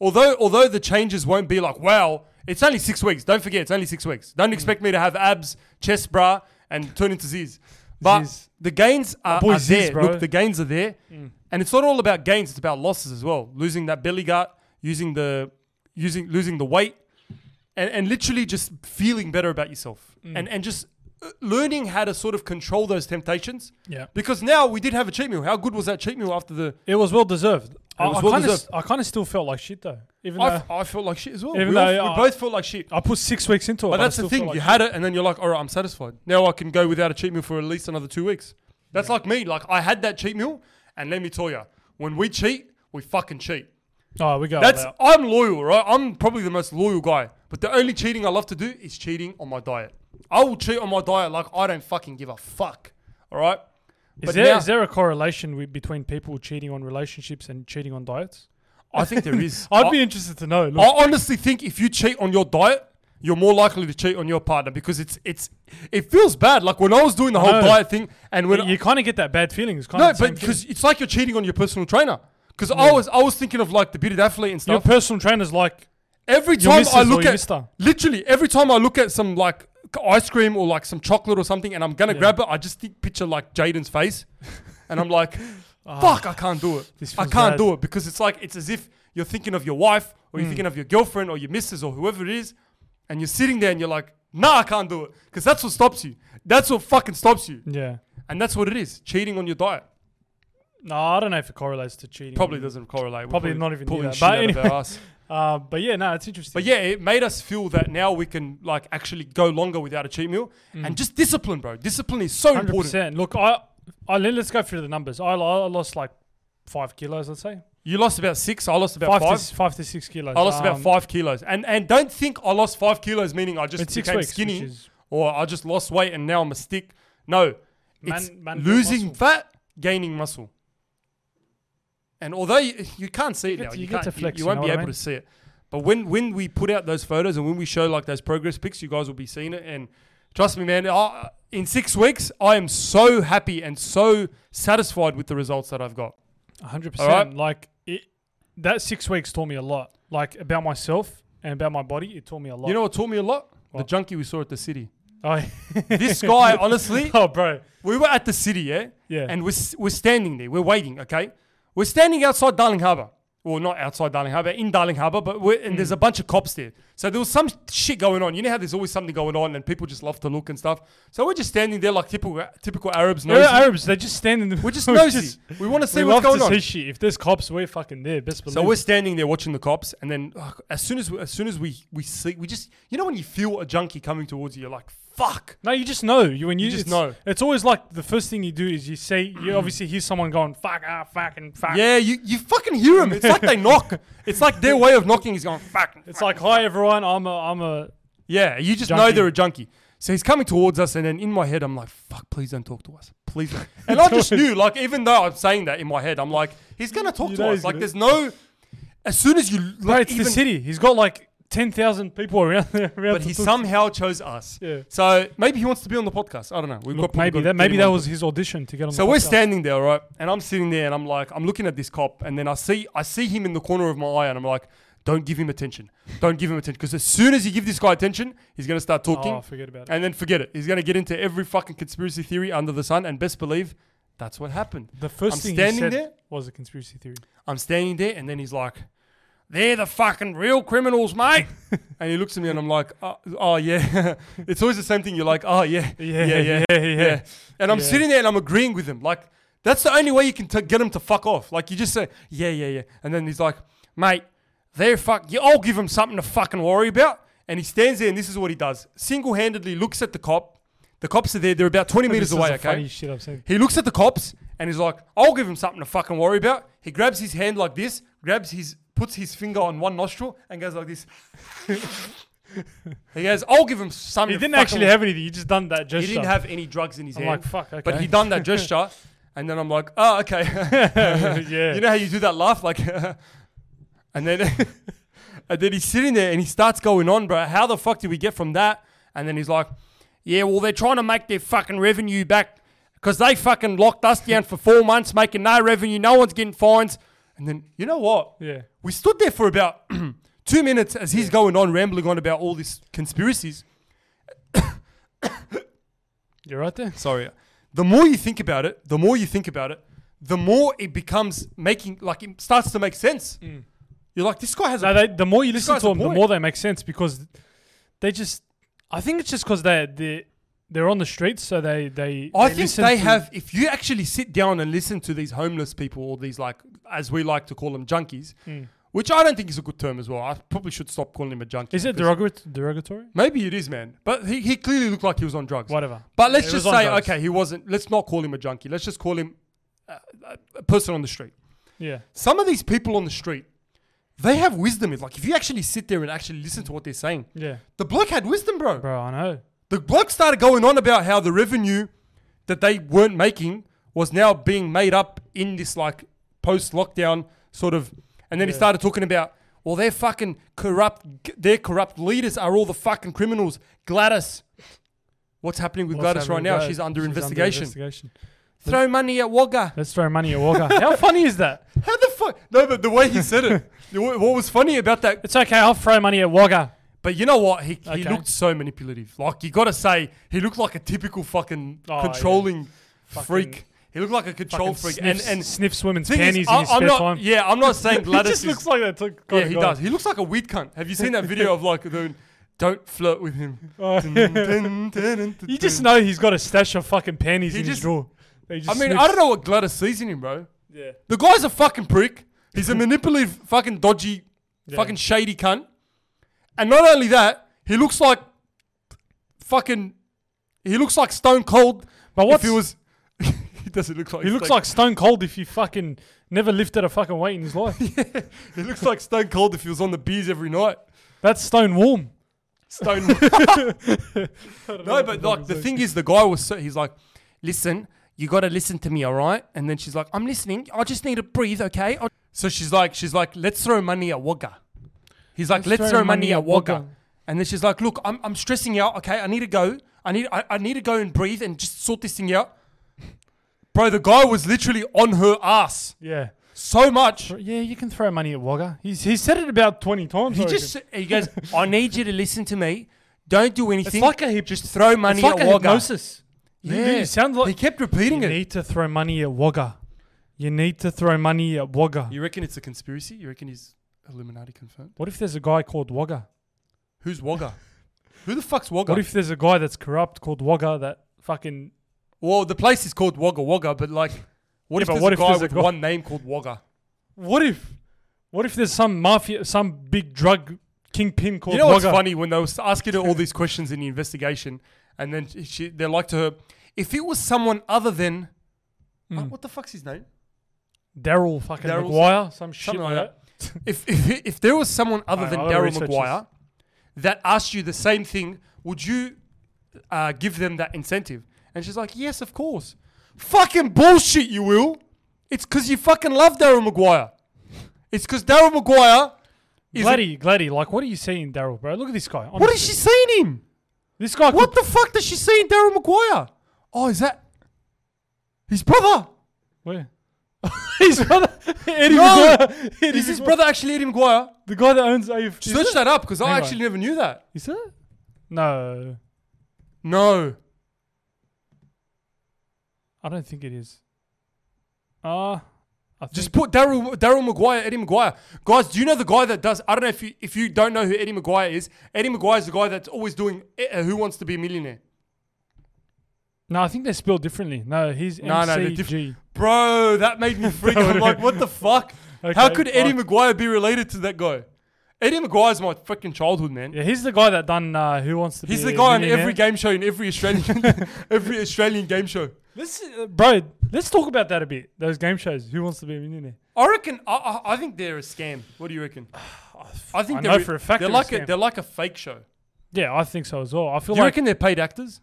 although although the changes won't be like wow, it's only
Mm.
six weeks. Don't forget, it's only six weeks. Don't expect me to have abs, chest bra, and turn into Z's. But
Ziz.
the gains are,
boy
are
Ziz,
there.
bro. Mm.
Look, the gains are there, and it's not all about gains. It's about losses as well. Losing that belly gut, using the using losing the weight, and, and literally just feeling better about yourself,
Mm.
and and just uh, learning how to sort of control those temptations.
Yeah.
Because now we did have a cheat meal. How good was that cheat meal after the?
It was well deserved. I,
was
I
well
kinda s-
deserved.
I kind of still felt like shit though, even
I,
though
f- I felt like shit as well.
Even
we, all-
though,
we
uh,
both felt like shit.
I put six weeks into it.
But
I
that's the
still feel
thing.
like
you
shit.
had it, and then you're like, all right, I'm satisfied. Now I can go without a cheat meal for at least another two weeks. That's like me. Like, I had that cheat meal, and let me tell you, when we cheat, we fucking cheat.
Oh, we go. all
That's
out.
I'm loyal, right? I'm probably the most loyal guy. But the only cheating I love to do is cheating on my diet. I will cheat on my diet like I don't fucking give a fuck. All right.
Is there is there a correlation with, between people cheating on relationships and cheating on diets?
I think there is.
I'd
I-
be interested to know. Look,
I honestly think if you cheat on your diet, you're more likely to cheat on your partner because it's it's it feels bad. Like when I was doing the whole
No.
diet thing, and when
you kind of get that bad feeling. It's kind
no,
of
but because it's like you're cheating on your personal trainer. Because I was I was thinking of like the bearded athlete and
your
stuff.
personal trainer's like,
every time
missus
I
or
look
your
at
mister.
literally every time I look at some like c- ice cream or like some chocolate or something, and I'm gonna grab it, I just think, picture like Jaden's face, and I'm like, fuck, I can't do it.
Ah, This
I
feels
can't
bad. Hmm.
do it because it's like it's as if you're thinking of your wife or you're thinking of your girlfriend or your missus or whoever it is, and you're sitting there and you're like, nah, I can't do it because that's what stops you. That's what fucking stops you,
yeah.
and that's what it is. Cheating on your diet
No, I don't know if it correlates to cheating.
probably doesn't correlate. We're
Probably not even near
pulling
that,
shit
but
out of
anyway.
our ass.
Uh, but yeah, no, it's interesting.
But yeah, it made us feel that now we can like actually go longer without a cheat meal and just discipline, bro. Discipline is so
Mm. hundred
important.
percent. Look, I, I let- let's go through the numbers. I, lo- I lost like five kilos, I'd say.
You lost about six. I lost about
Five,
five.
To, s- five to six kilos.
I lost about
Um,
five kilos. And and don't think I lost five kilos meaning I just
It's six
became
weeks,
skinny
which is-
or I just lost weight and now I'm a stick. No, it's
Man- man built
losing
muscle.
fat, gaining muscle. And although you, you can't see it
get
now,
to-
you,
you get
can't,
to flex,
you,
you
won't
know
be
what I
able
mean?
to see it. But when when we put out those photos and when we show like those progress pics, you guys will be seeing it. And trust me, man, I, in six weeks, I am so happy and so satisfied with the results that I've got.
hundred
Alright.
percent. Like it, that six weeks taught me a lot, like about myself and about my body. It taught me a lot.
You know what taught me a lot? The junkie we saw at the city.
I,
This guy, honestly,
oh, bro,
we were at the city, yeah?
Yeah.
And we're, s- we're standing there, we're waiting, okay? We're standing outside Darling Harbour. Well, not outside Darling Harbour, in Darling Harbour, but we're, and
Mm.
there's a bunch of cops there. So there was some shit going on. You know how there's always something going on and people just love to look and stuff. So we're just standing there like typical typical Arabs.
They're
Nosy.
Arabs. They just stand in. The,
We're just nosy. we want to see
we
what's
love
going
to see
on.
shit. If there's cops, we're fucking there. Best believe.
So we're standing there watching the cops, and then ugh, as soon as we, as soon as we we see, we just you know when you feel a junkie coming towards you, you're like fuck.
no, you just know. You when you,
just
it's-
know.
It's always like the first thing you do is you see. You obviously hear someone going fuck ah fucking fuck.
Yeah, you, you fucking hear them. It's like they knock. It's like their way of knocking is going fuck.
It's like hi everyone. I'm a I'm a
Yeah, you just know
Junkie.
they're a junkie. So he's coming towards us, and then in my head, I'm like, fuck, please don't talk to us. Please don't. And I just knew, like, even though I'm saying that in my head, I'm like, he's going to talk
You
to
know
us.
he's
Like,
gonna-
there's no. As soon as you. Like,
bro. It's the
even-
city. He's got like ten thousand people around there. Around
But
to
he
talk to.
somehow chose us.
Yeah.
So maybe he wants to be on the podcast. I don't know. We've
Look,
got,
maybe
we've got
that
to
maybe
get him
that
on.
was his audition to get on.
So
the
we're
podcast.
standing there, right? And I'm sitting there, and I'm like, I'm looking at this cop, and then I see, I see him in the corner of my eye, and I'm like, don't give him attention, don't give him attention, because as soon as you give this guy attention, he's gonna start talking,
Oh, forget about it.
and then forget it. He's gonna get into every fucking conspiracy theory under the sun, and best believe, that's what happened.
The first
I'm
thing
standing
he said
there-
was a conspiracy theory.
I'm standing there, and then he's like, "They're the fucking real criminals, mate." and he looks at me, and I'm like, "Oh, oh, yeah." it's always the same thing. You're like, "Oh yeah,
Yeah, yeah, yeah.
And I'm
Yeah.
sitting there, and I'm agreeing with him. Like that's the only way you can t- get him to fuck off. Like you just say, "Yeah, yeah, yeah," and then he's like, "Mate, they're fuck. You, I'll give him something to fucking worry about." And he stands there, and this is what he does: single-handedly looks at the cop. The cops are there. They're about 20
This
meters
is
away.
the
okay.
funny shit I've seen.
He looks at the cops and he's like, I'll give him something to fucking worry about. He grabs his hand like this, grabs his, puts his finger on one nostril and goes like this. he goes, I'll give him something.
He
to
didn't
fucking
actually have anything. He just done that gesture.
He didn't have any drugs in his
I'm
hand.
like, fuck,
But he
okay.
done that gesture. And then I'm like, oh, okay.
yeah.
You know how you do that laugh? Like, and then, and then he's sitting there and he starts going on, bro. How the fuck did we get from that? And then he's like, yeah, well, they're trying to make their fucking revenue back because they fucking locked us down for four months, making no revenue. No one's getting fines. And then, you know what?
Yeah.
We stood there for about two minutes as he's going on, rambling on about all these conspiracies.
You're right there.
Sorry. the more you think about it, the more you think about it, the more it becomes making like it starts to make sense. You're like, this guy has
Mm. No,
a
they, the more you listen
guy's
to
a
them, the
boy.
more they make sense because they just. I think it's just because they they they're on the streets, so they they.
I think
listen
they
to-
have. If you actually sit down and listen to these homeless people, or these like, as we like to call them, junkies,
Mm.
which I don't think is a good term as well. I probably should stop calling him a junkie.
Is it
because-
derogatory? derogatory?
Maybe it is, man. But he, he clearly looked like he was on drugs.
Whatever.
But let's
He
just
was on
say,
drugs.
okay, he wasn't. Let's not call him a junkie. Let's just call him a, a person on the street.
Yeah.
Some of these people on the street, they have wisdom. It's like if you actually sit there and actually listen to what they're saying,
Yeah.
the bloke had wisdom, bro.
Bro, I know.
The bloke started going on about how the revenue that they weren't making was now being made up in this like post lockdown sort of. And then he started talking about, well, their fucking corrupt, their corrupt leaders are all the fucking criminals. Gladys. What's happening with Gladys right now? She's under investigation. Throw money at Wagga.
Let's throw money at Walker. How funny is that?
How the fuck? No, but the way he said it, wh- what was funny about that
It's okay. I'll throw money at Walker.
But you know what? He, he
Okay.
looked so manipulative. Like you gotta say, he looked like a typical fucking
Oh, yeah.
controlling freak.
Fucking-
he looked like a control freak. And
sniffs,
and
sniffs women's
thing
panties
is,
in
I,
his
I'm
spare
not.
time.
Yeah, I'm not saying
He
Gladys
just
is-
looks like Oh that. took-
yeah,
got it,
he
got
does.
it.
He looks like a weed cunt. Have you seen that video of like the don't flirt with him?
You just know he's got a stash of fucking panties
He
in his
just-
drawer. They just
I mean,
sniffs.
I don't know what Gladys sees in him, bro.
Yeah.
The guy's a fucking prick. He's a manipulative, fucking dodgy, fucking shady cunt. And not only that, he looks like fucking. He looks like Stone Cold.
But
if
what's-
he was? he doesn't look like.
He looks like Stone Cold if he fucking never lifted a fucking weight in his life.
He looks like Stone Cold if he was on the beers every night.
That's Stone Warm.
Stone. no, but like the thing is, the guy was so he's like, listen, you got to listen to me, all right? And then she's like, I'm listening. I just need to breathe, okay? I-" So she's like, she's like, let's throw money at Wagga. He's like, let's, throw, money, at Wagga.
Wagga.
And then she's like, look, I'm, I'm stressing out, okay? I need to go. I need I, I need to go and breathe and just sort this thing out. Bro, the guy was literally on her ass
Yeah.
so much.
Yeah, you can throw money at Wagga. He's he said it about twenty times.
He
I
just
reckon.
he goes, I need you to listen to me. Don't do anything.
like a hyp-
just throw money
it's like
at
a
Wagga.
hypnosis. You- you sound like
he kept repeating
you
it.
need to throw money at Wagga. You need to throw money at Wagga.
You reckon it's a conspiracy? You reckon he's Illuminati confirmed?
What if there's a guy called Wagga?
Who's Wagga? Who the fuck's Wagga?
What if there's a guy that's corrupt called Wagga that fucking
well, the place is called Wagga Wagga, but like, what
Yeah,
if
but
there's
what
a
if
guy
there's a
with
guy-
one name called Wagga?
What if what if there's some mafia some big drug kingpin called
You know what's
Wagga?
funny when they was asking her all these questions in the investigation, and then she they're like to her, if it was someone other than,
Hmm.
Uh, what the fuck's his name?
Daryl fucking
Daryl's-
McGuire, some shit
Something
like that.
if, if if there was someone other
Alright,
than
I'll go
Daryl
research this.
Maguire that asked you the same thing, would you uh, give them that incentive? And she's like, yes, of course. Fucking bullshit, you will. It's because you fucking love Daryl Maguire. It's because Daryl Maguire is. a-
Gladdy, Gladdy, like what are you seeing, Daryl, bro? Look at this guy.
what is she seeing him?
This guy.
What
could-
the fuck does she see in Daryl Maguire? Oh, is that his brother?
Where? his brother, Eddie
No!
Maguire. Eddie
Is his
Maguire.
brother actually Eddie Maguire?
the guy that owns AFT? Is
Search
it?
that up because I
Hang on.
actually never knew that.
Is it? No,
No.
I don't think it is. Ah, I think
Just put Daryl Daryl Maguire, Eddie Maguire. Guys, do you know the guy that does? I don't know if you if you don't know who Eddie Maguire is. Eddie Maguire is the guy that's always doing uh, Who Wants to Be a Millionaire.
no. I think they're spelled differently. No, he's
No, no, they're
MCG.
diff- Bro, that made me freak. I'm like, what the fuck? How
Okay,
could Eddie
fuck.
Maguire be related to that guy? Eddie Maguire's my fucking childhood man.
yeah, he's the guy that done. Uh, Who wants to?
He's
be
the
a
guy on
Millionaire.
every game show in every Australian every Australian game shoshow.
Let's, uh, bro, let's talk about that a bit. Those game shows. Who wants to be a millionaire?
I reckon. I, I, I think they're a scam. What do you reckon? I think
I
they're
know
re-
for a fact
they're
they're a
like a,
scam.
they're like a fake show.
Yeah, I think so as well. I feel
Do you
like
reckon they're paid actors?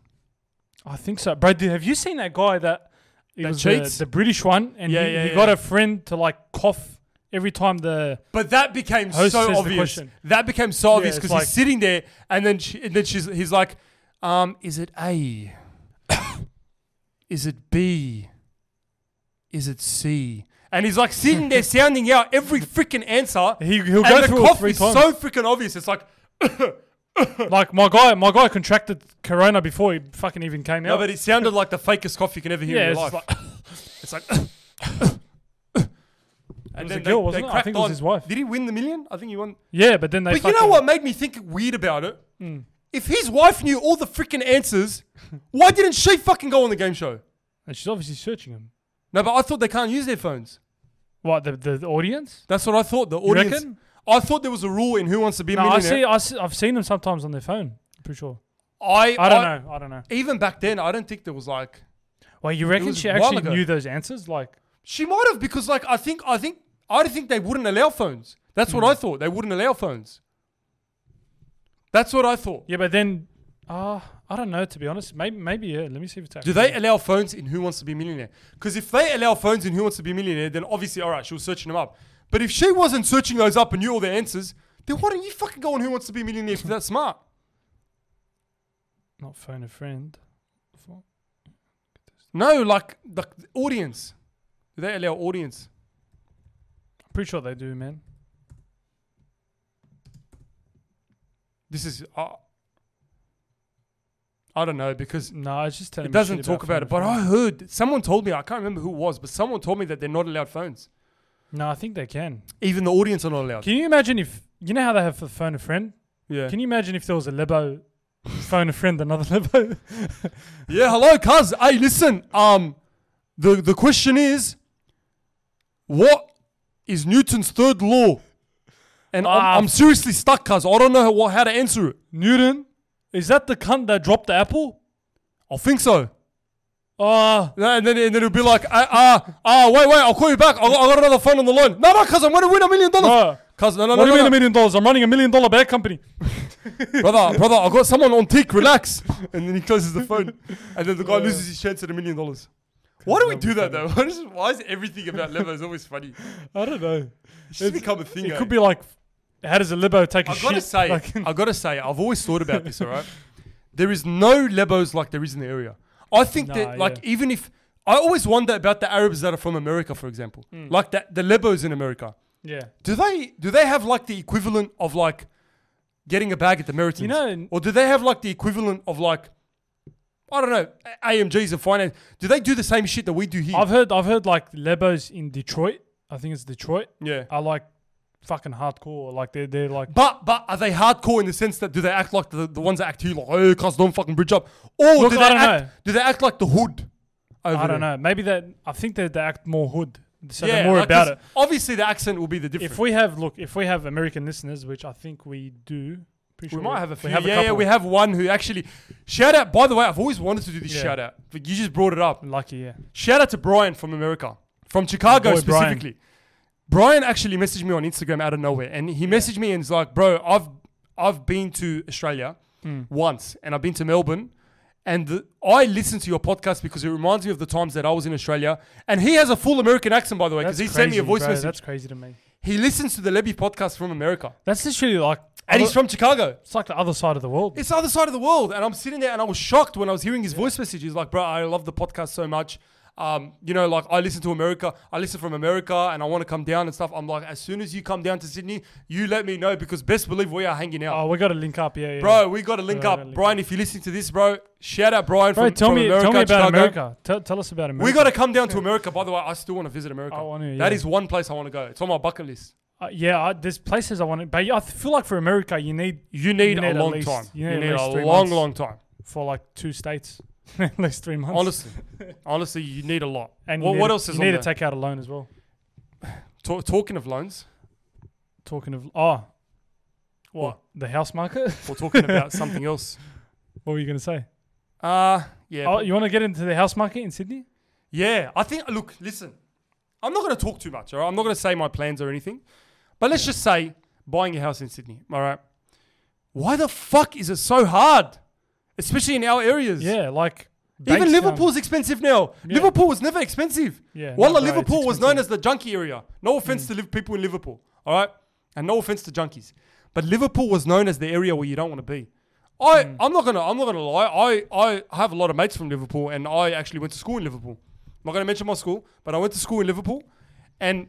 I think so, bro. Dude, have you seen that guy that it was the-
cheats?
The, British one, and
Yeah,
he,
yeah,
he got
yeah.
a friend to like cough every time the
But that became
Host says
so
the
obvious.
question.
That became so obvious
it's
because
like-
he's sitting there, and then she, and then she's he's like, um, "Is it A? Is it B? Is it C?" And he's like sitting there, sounding out every freaking answer.
He- he'll
and
go
the
through it
cough
three
is
times.
so freaking obvious. It's like,
like my guy, my guy contracted corona before he fucking even came
No,
out.
but it sounded like the fakest cough you can ever hear
yeah,
in
it's
your life.
just like,
it's like. and
was a girl, wasn't it? I
cracked
think it was
on.
his wife.
Did he win the million? I think he won.
yeah, but then they.
But you know
fucking- Hmm.
what made me think weird about it? If his wife knew all the freaking answers, why didn't she fucking go on the game show?
And she's obviously searching him.
No, but I thought they can't use their phones.
What the the, the audience?
That's what I thought. The audience.
reckon?
I thought there was a rule in Who Wants to Be a
No, I
Millionaire.
see. I see, I've seen them sometimes on their phone. I'm pretty sure.
I,
I don't know. I don't know.
Even back then, I don't think there was like
Well, you reckon
was
she
a while
actually
ago.
knew those answers? Like,
She might have because like I think I think I don't think they wouldn't allow phones. That's
Hmm.
what I thought. They wouldn't allow phones. That's what I thought.
yeah, but then, uh, I don't know. To be honest, maybe, maybe yeah. Let me see if it's.
Do they allow phones in Who Wants to Be a Millionaire? Because if they allow phones in Who Wants to Be a Millionaire, then obviously, all right, she was searching them up. But if she wasn't searching those up and knew all the answers, then why don't you fucking go on Who Wants to Be a Millionaire if you're that smart?
not phone a friend? Fo-
No, like the the audience. Do they allow audience?
I'm pretty sure they do, man.
This is. Uh, I don't know because
No, it's just telling.
It
me
doesn't
shit
talk
phone
about
a
it, but
friend.
I heard someone told me I can't remember who it was, but someone told me that they're not allowed phones.
No, I think they can.
Even the audience are not allowed.
Can you imagine if you know how they have for phone a friend?
yeah.
Can you imagine if there was a Lebo phone a friend, another Lebo?
yeah. Hello, cuz. Hey, listen. Um, the the question is, what is Newton's third law? And
Ah,
I'm, I'm seriously stuck, cuz. I don't know how, how to answer it.
Newton, is that the cunt that dropped the apple?
I think so.
Ah,
No, And then, and then it'll be like, ah, ah, ah, wait, wait, I'll call you back. I got, I got another phone on the line. No, no, cuz, I'm going to win a million dollars.
Bro,
Cuz, no, no,
ah. what do
no, no,
you mean
no.
a million dollars? I'm running a million dollar bag company.
brother, brother, I got someone on tick, relax. And then he closes the phone. And then the guy loses his chance at a million dollars. Why do we do that though? Why is, why is everything about levers always funny?
I don't know.
It's just become a thing.
It
eh?
could be like, how does a Lebo take a
I
shit?
gotta say,
Like-
I gotta say, I've always thought about this. All right, there is no Lebos like there is in the area. I think
Nah,
that, like,
yeah.
even if I always wonder about the Arabs that are from America, for example,
Hmm.
like that the Lebos in America,
yeah.
do they do they have like the equivalent of like getting a bag at the Meritons?
You know-
or do they have like the equivalent of like I don't know A- AMGs and finance? Do they do the same shit that we do here?
I've heard, I've heard like Lebos in Detroit. I think it's Detroit.
yeah,
Are like fucking hardcore. Like they're they're like
but but are they hardcore in the sense that do they act like the, the ones that act here like oh cause don't fucking bridge up? Or do they
I don't
act
know.
do they act like the hood? Over
I don't know.
there?
Maybe that I think that they act more hood. So
Yeah,
they're more
like,
about
'cause
it.
Obviously, the accent will be the difference.
If we have look, if we have American listeners, which I think we do, pretty sure
We might have a few.
We
yeah, yeah,
couple.
we have one who actually shout out. By the way, I've always wanted to do this
Yeah.
shout out, but you just brought it up.
Lucky, yeah.
Shout out to Brian from America, from Chicago
Boy, Brian.
specifically. Brian. actually messaged me on Instagram out of nowhere, and he messaged me and was like, "Bro, I've I've been to Australia
Hmm.
once, and I've been to Melbourne, and the, I listened to your podcast because it reminds me of the times that I was in Australia." And he has a full American accent, by the way, because he sent me a
crazy,
voice
bro.
message.
That's crazy to me.
he listens to the Levy podcast from America,
That's literally like,
and
other-
he's from Chicago.
it's like the other side of the world.
It's the other side of the world. And I'm sitting there and I was shocked when I was hearing his voice message. He's like, bro, I love the podcast so much. Um, you know, like I listen to America, I listen from America and I want to come down and stuff. I'm like, as soon as you come down to Sydney, you let me know because best believe we are hanging out.
oh, we got to link up, yeah, yeah.
Bro, we got to link
Yeah,
up.
gotta link
Brian, if you're listening to this, bro, shout out Brian
bro,
from,
tell
from
me,
America.
tell me about
Chicago.
America. Tell, tell us about America.
We got to come down to America. By the way, I still want to visit America.
I wanna,
That
yeah.
is one place I want to go. It's on my bucket list.
Uh, yeah, I, there's places I want to, but yeah, I feel like for America, you need
You need,
need
a
at
long
least-
time.
you need at
you need
least
a
three
long,
months.
long time.
for like two states, at least three months.
Honestly, honestly, you need a lot.
and
And
you
what,
need
what
to-
else is
you
on
need
there?
to take out a loan as well.
Ta- talking of loans,
Talking of, oh,
what?
the house market.
Or talking about something else?
what were you gonna say?
Uh yeah,
Oh, you want to get into the house market in Sydney?
yeah. I think. Look, listen. I'm not going to talk too much. All right. I'm not going to say my plans or anything. But let's just say buying a house in Sydney. All right. Why the fuck is it so hard, especially in our areas?
Yeah, like
Even
Bankstown.
Liverpool's expensive now. Liverpool was never expensive.
Yeah,
Wallah,
no, bro, it's
Liverpool was known as
expensive. Mm.
the junkie area. No offense to live people in Liverpool, all right? And no offense to junkies. But Liverpool was known as the area where you don't want to be. I,
Mm.
I'm not gonna I'm not gonna lie. I, I have a lot of mates from Liverpool and I actually went to school in Liverpool. I'm not gonna mention my school, but I went to school in Liverpool and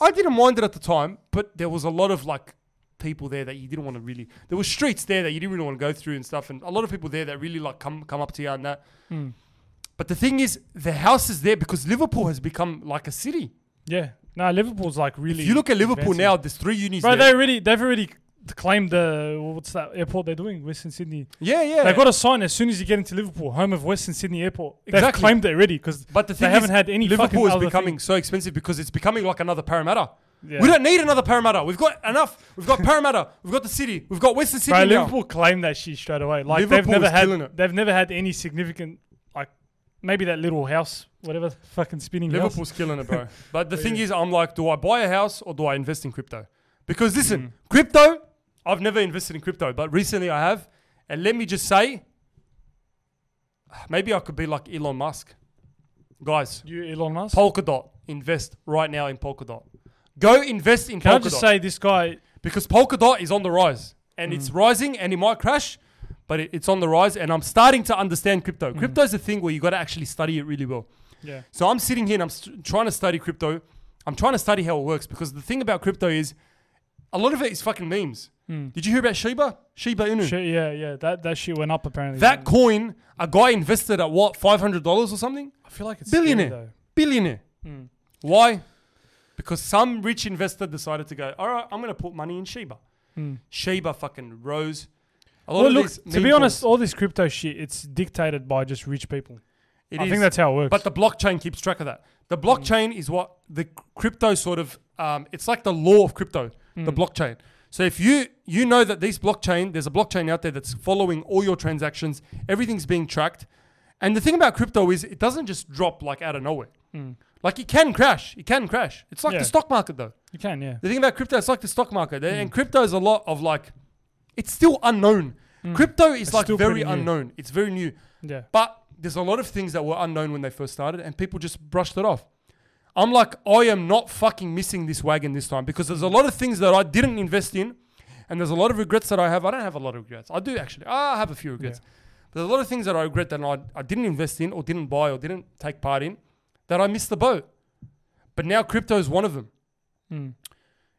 I didn't mind it at the time, but there was a lot of like people there that you didn't want to really. There were streets there that you didn't really want to go through and stuff, and a lot of people there that really like come come up to you and that. But the thing is, the house is there because Liverpool has become like a city.
Yeah. No, Liverpool's like really.
If you look at Liverpool
advancing.
now, there's three unis.
Bro, they
there.
already they've already claimed the what's that airport they're doing Western Sydney.
yeah, yeah.
They got a sign as soon as you get into Liverpool, home of Western Sydney Airport. They've
Exactly.
claimed it already because
But the
they
thing
haven't
is,
had any
Liverpool
fucking
is
other
becoming
thing.
so expensive because it's becoming like another Parramatta.
Yeah.
We don't need another Parramatta. We've got enough. We've got Parramatta. We've got the city. We've got Western City
Bro,
now.
Liverpool claimed that shit straight away. Like
Liverpool
they've never
is
had
killing it.
they've never had any significant like maybe that little house, whatever fucking spinning
Liverpool's killing it, bro. But the thing is, I'm like, do I buy a house or do I invest in crypto? Because listen,
Mm-hmm.
crypto. I've never invested in crypto, but recently I have. And let me just say, maybe I could be like Elon Musk. Guys,
house. You Elon Musk.
Polkadot. Invest right now in Polkadot. Go invest in Polkadot.
Can I just say this guy
because Polkadot is on the rise and it's rising and it might crash, but it, it's on the rise. And I'm starting to understand crypto. Crypto is a thing where you got to actually study it really well.
Yeah.
So I'm sitting here and I'm st- trying to study crypto. I'm trying to study how it works because the thing about crypto is a lot of it is fucking memes. Did you hear about Shiba? Shiba Inu.
Shit, yeah, yeah. That that shit went up apparently.
that coin, a guy invested at what, $500 or something?
I feel like it's scary,
Billionaire.
though. Hmm.
Billionaire. Why? Because some rich investor decided to go, all right, I'm going to put money in Sheba. Sheba fucking rose. A
Hmm.
lot
Well,
of
look,
these
to
meme
be honest,
coins,
all this crypto shit, it's dictated by just rich people.
it
I
is.
think that's how it works.
But the blockchain keeps track of that. The blockchain is what the c- crypto sort of, um, it's like the law of crypto,
Hmm.
the blockchain. So if you you know that these blockchain, there's a blockchain out there that's following all your transactions, everything's being tracked. And the thing about crypto is it doesn't just drop like out of nowhere. Like it can crash, it can crash. It's like
Hmm. Yeah.
the stock market though.
you can, yeah.
The thing about crypto, it's like the stock market,
Hmm.
and crypto is a lot of like, it's still unknown. Crypto is like
Hmm. still
very
pretty new.
unknown. It's very new,
Yeah.
but there's a lot of things that were unknown when they first started, and people just brushed it off. I'm like, I am not fucking missing this wagon this time because there's a lot of things that I didn't invest in, and there's a lot of regrets that I have. I don't have a lot of regrets. I do actually. Ah, I have a few regrets. But there's a lot of things that I regret that I, I didn't invest in, or didn't buy, or didn't take part in, that I missed the boat. But now crypto is one of them.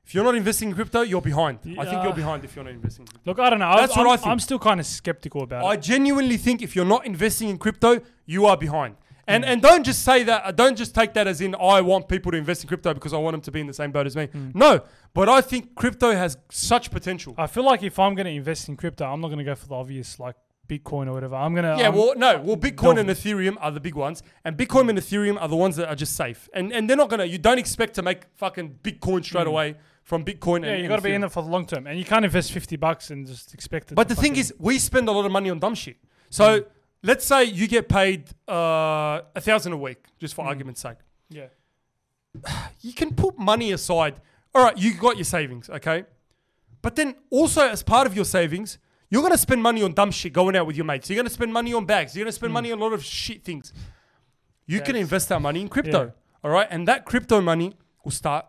If you're not investing in crypto, you're behind. I think
Yeah.
you're behind if you're not investing. In crypto.
Look, I don't know. That's
That's
I'm,
what
I'm,
I think.
I'm still kind of skeptical about
I
it.
genuinely think if you're not investing in crypto, you are behind. And
Mm.
and don't just say that. uh, Don't just take that as in I want people to invest in crypto because I want them to be in the same boat as me.
Mm.
No, but I think crypto has such potential.
I feel like if I'm going to invest in crypto, I'm not going to go for the obvious like Bitcoin or whatever. I'm um, going to
yeah,
I'm,
well, no, well, Bitcoin
Delve.
and Ethereum are the big ones, and Bitcoin and Ethereum are the ones that are just safe. And and they're not gonna. You don't expect to make fucking Bitcoin straight away from Bitcoin.
Mm. yeah,
and,
you
and
got to be in
Ethereum.
it for the long term, and you can't invest 50 bucks and just expect it.
But
to
the thing
fucking- Mm.
is, we spend a lot of money on dumb shit. So let's say you get paid uh, a thousand a week, just
Mm.
for argument's sake.
yeah,
You can put money aside. All right, you got your savings, okay? But then also as part of your savings, you're gonna spend money on dumb shit going out with your mates. You're gonna spend money on bags. You're gonna
Hmm.
spend money on a lot of shit things. You can
Bags.
invest that money in crypto.
Yeah.
All right, and that crypto money will start.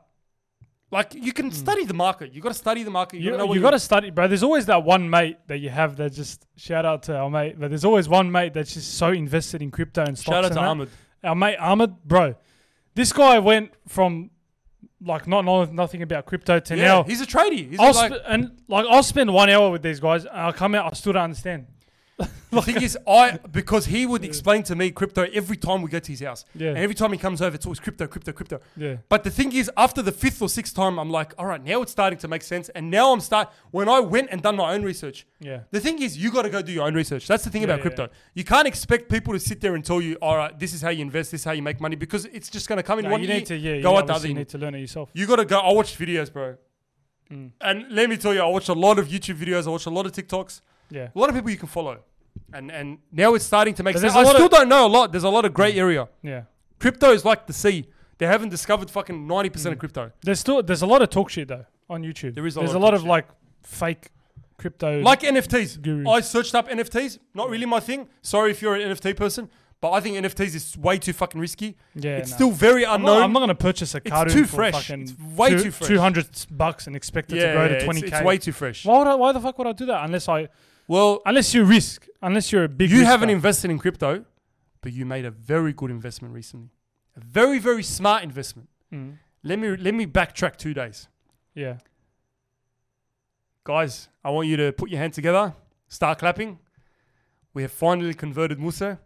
Like you can study the market. You got to study the market.
Hmm. you,
gotta know what
you got to study, bro. There's always that one mate that you have that just shout out to our mate, but there's always one mate that's just so invested in crypto and stocks.
shout out
and
to
that.
Ahmed.
our mate Ahmed, bro. This guy went from like not knowing nothing about crypto to
Yeah,
now.
he's a tradie. He's
I'll
like,
sp- and like I'll spend one hour with these guys, and I'll come out. I still don't understand.
The thing is, I because he would explain to me crypto every time we go to his house.
Yeah.
And every time he comes over, it's always crypto, crypto, crypto.
Yeah.
But the thing is, after the fifth or sixth time, I'm like, all right, now it's starting to make sense. And now I'm start when I went and done my own research.
Yeah.
The thing is, you got to go do your own research. That's the thing about
yeah,
crypto. You can't expect people to sit there and tell you, all right, this is how you invest, this is how you make money, because it's just going to come in
No,
one
you
ear,
need to yeah.
go
you
out the other
obviously
ear.
need to Mm. learn it yourself.
You gotta go. I watched videos, bro. And let me tell you, I watched a lot of YouTube videos. I watched a lot of TikToks.
Yeah.
A lot of people you can follow. And and now it's starting to make
But
sense.
there's
I
a lot
still
of-
don't know a lot. There's a lot of grey area.
Yeah.
Crypto is like the sea. They haven't discovered fucking 90%
Mm.
of crypto.
There's still there's a lot of talk shit though on YouTube.
There is a
there's
lot
a
of
lot
talk
of
shit.
like fake crypto.
Like NFTs.
Gurus.
I searched up NFTs. Not really my thing. Sorry if you're an NFT person, but I think NFTs is way too fucking risky.
Yeah,
It's
nah.
still very
I'm not,
unknown.
I'm not gonna purchase a cartoon
too
for
fresh.
fucking
It's way too fresh.
two hundred bucks and expect it
yeah,
to grow
yeah,
to
it's-
twenty
it's,
k.
way too fresh.
Why would I, Why the fuck would I do that unless I
Well,
unless you risk unless you're a big
you
risker.
haven't invested in crypto, but you made a very good investment recently. A very, very smart
Mm.
investment. Let me let me backtrack two days.
yeah
Guys, I want you to put your hands together, start clapping. We have finally converted Musa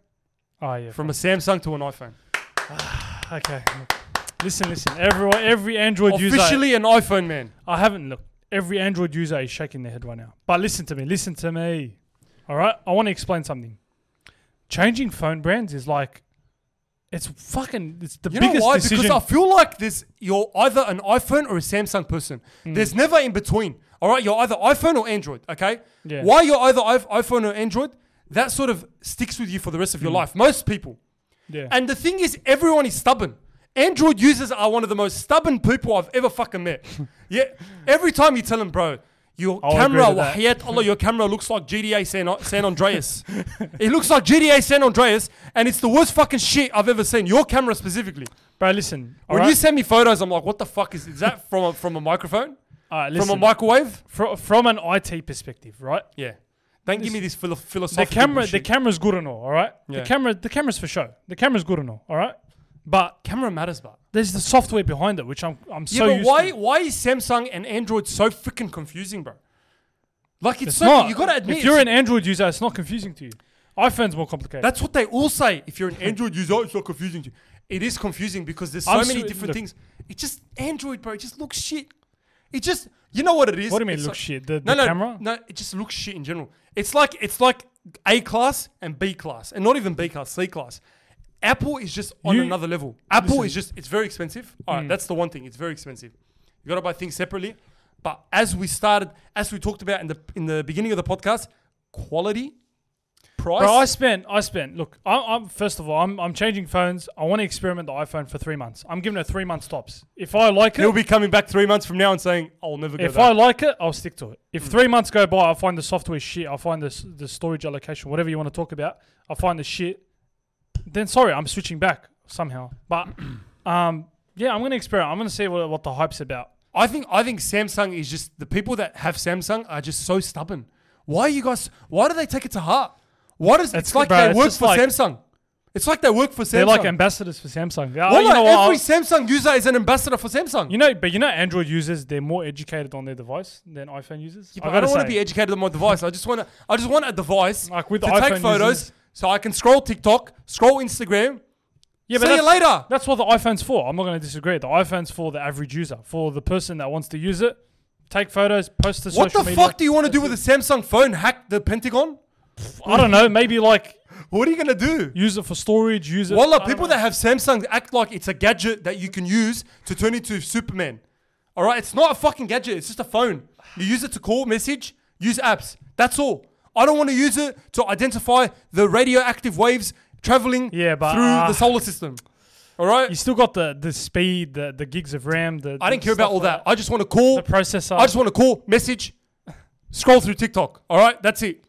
Oh yeah.
from a Samsung to an iPhone.
okay. Listen, listen. Everyone, every Android user.
Officially an iPhone man.
I haven't looked. Every Android user is shaking their head right now. But listen to me. Listen to me. All right. I want to explain something. Changing phone brands is like, it's fucking. It's the
You know
biggest
why?
decision.
Because I feel like there's you're either an iPhone or a Samsung person. There's never in between. All right, you're either iPhone or Android. Okay.
Yeah.
Why you're either i- iPhone or Android? That sort of sticks with you for the rest of your life. Most people.
yeah.
And the thing is, everyone is stubborn. Android users are one of the most stubborn people I've ever fucking met. yeah. Every time you tell them, bro, your
I'll
camera,
Oh, agree with that.
wahiyat Allah, your camera looks like GTA San, San Andreas. it looks like GTA San Andreas, and it's the worst fucking shit I've ever seen. Your camera specifically.
Bro, listen.
When
alright?
you send me photos, I'm like, what the fuck is, is that from a, from a microphone?
Alright,
From a
listen.
microwave?
Fro- from an IT perspective, right?
Yeah. Don't give me this philo-
the
philosophical
camera the
bullshit.
camera's good and all, all right?
Yeah.
The camera the camera's for show. The camera's good and all, all right? But
camera matters, but.
there's the software behind it, which I'm I'm
Yeah,
so
but
used
why,
to.
why is Samsung and Android so freaking confusing, bro? Like, it's,
It's
so.
not.
you gotta admit.
if you're
it's-
an Android user, it's not confusing to you. iPhone's more complicated.
That's what they all say. If you're an Android user, it's not confusing to you. It is confusing because there's so
I'm
many
so-
different
look.
things. It just Android, bro. It just looks shit. It just you know what it is.
What do you mean
It's
looks shit? The-
no,
the
no,
camera?
No, it just looks shit in general. It's like it's like A class and B class, and not even B class, C class. Apple is just on
You-
another level. Apple
Listen. Hmm.
is just it's very expensive. All right, that's the one thing. It's very expensive. You gotta buy things separately. But as we started, as we talked about in the in the beginning of the podcast, quality, price.
Bro, I spent I spent look, I I'm first of all, I'm I'm changing phones. I want to experiment the iPhone for three months. I'm giving it three months tops. If I like
He'll
it
be coming back three months from now and saying, "I'll never go
if I
back."
like it, I'll stick to it.
Hmm.
If three months go by, I find the software shit, I find the s the storage allocation, whatever you want to talk about, I find the shit. Then sorry, I'm switching back somehow. But um, yeah, I'm gonna experiment. I'm gonna see what, what the hype's about.
I, think I think Samsung is just the people that have Samsung are just so stubborn. Why are you guys? Why do they take it to heart? What is? It's,
It's-
like
bro,
they
it's
work
just
for
like-
Samsung. It's like they work for Samsung.
They're like ambassadors for Samsung. Yeah,
Wallah,
Oh, you know what?
every
I'll-
Samsung user is an ambassador for Samsung.
you know, but you know, Android users they're more educated on their device than iPhone users.
Yeah,
I
but I,
gotta
don't want
say.
to be educated on my device. I just want to. I just want a device
Like with
to
iPhone
take photos,
users.
so I can scroll TikTok, scroll Instagram.
Yeah,
See you
that's-
later.
That's what the iPhone's for. I'm not going to disagree. The iPhone's for the average user, for the person that wants to use it, take photos, post to
What
social
the
media.
fuck do you want to do with a Samsung phone? Hack the Pentagon?
I don't know. Maybe like
What are you gonna do?
use it for storage. Use it. I
Wallah,
don't
people
know.
that have Samsung act like it's a gadget that you can use to turn into Superman. All right, it's not a fucking gadget. It's just a phone. You use it to call, message, use apps. That's all. I don't want to use it to identify the radioactive waves traveling
Yeah, but,
through
uh,
the solar system. All right,
you still got the the speed, the the gigs of RAM. The the
I don't care about
stuff
all
like
that. I just want to call.
The processor.
I just want to call, message, scroll through TikTok. All right, that's it.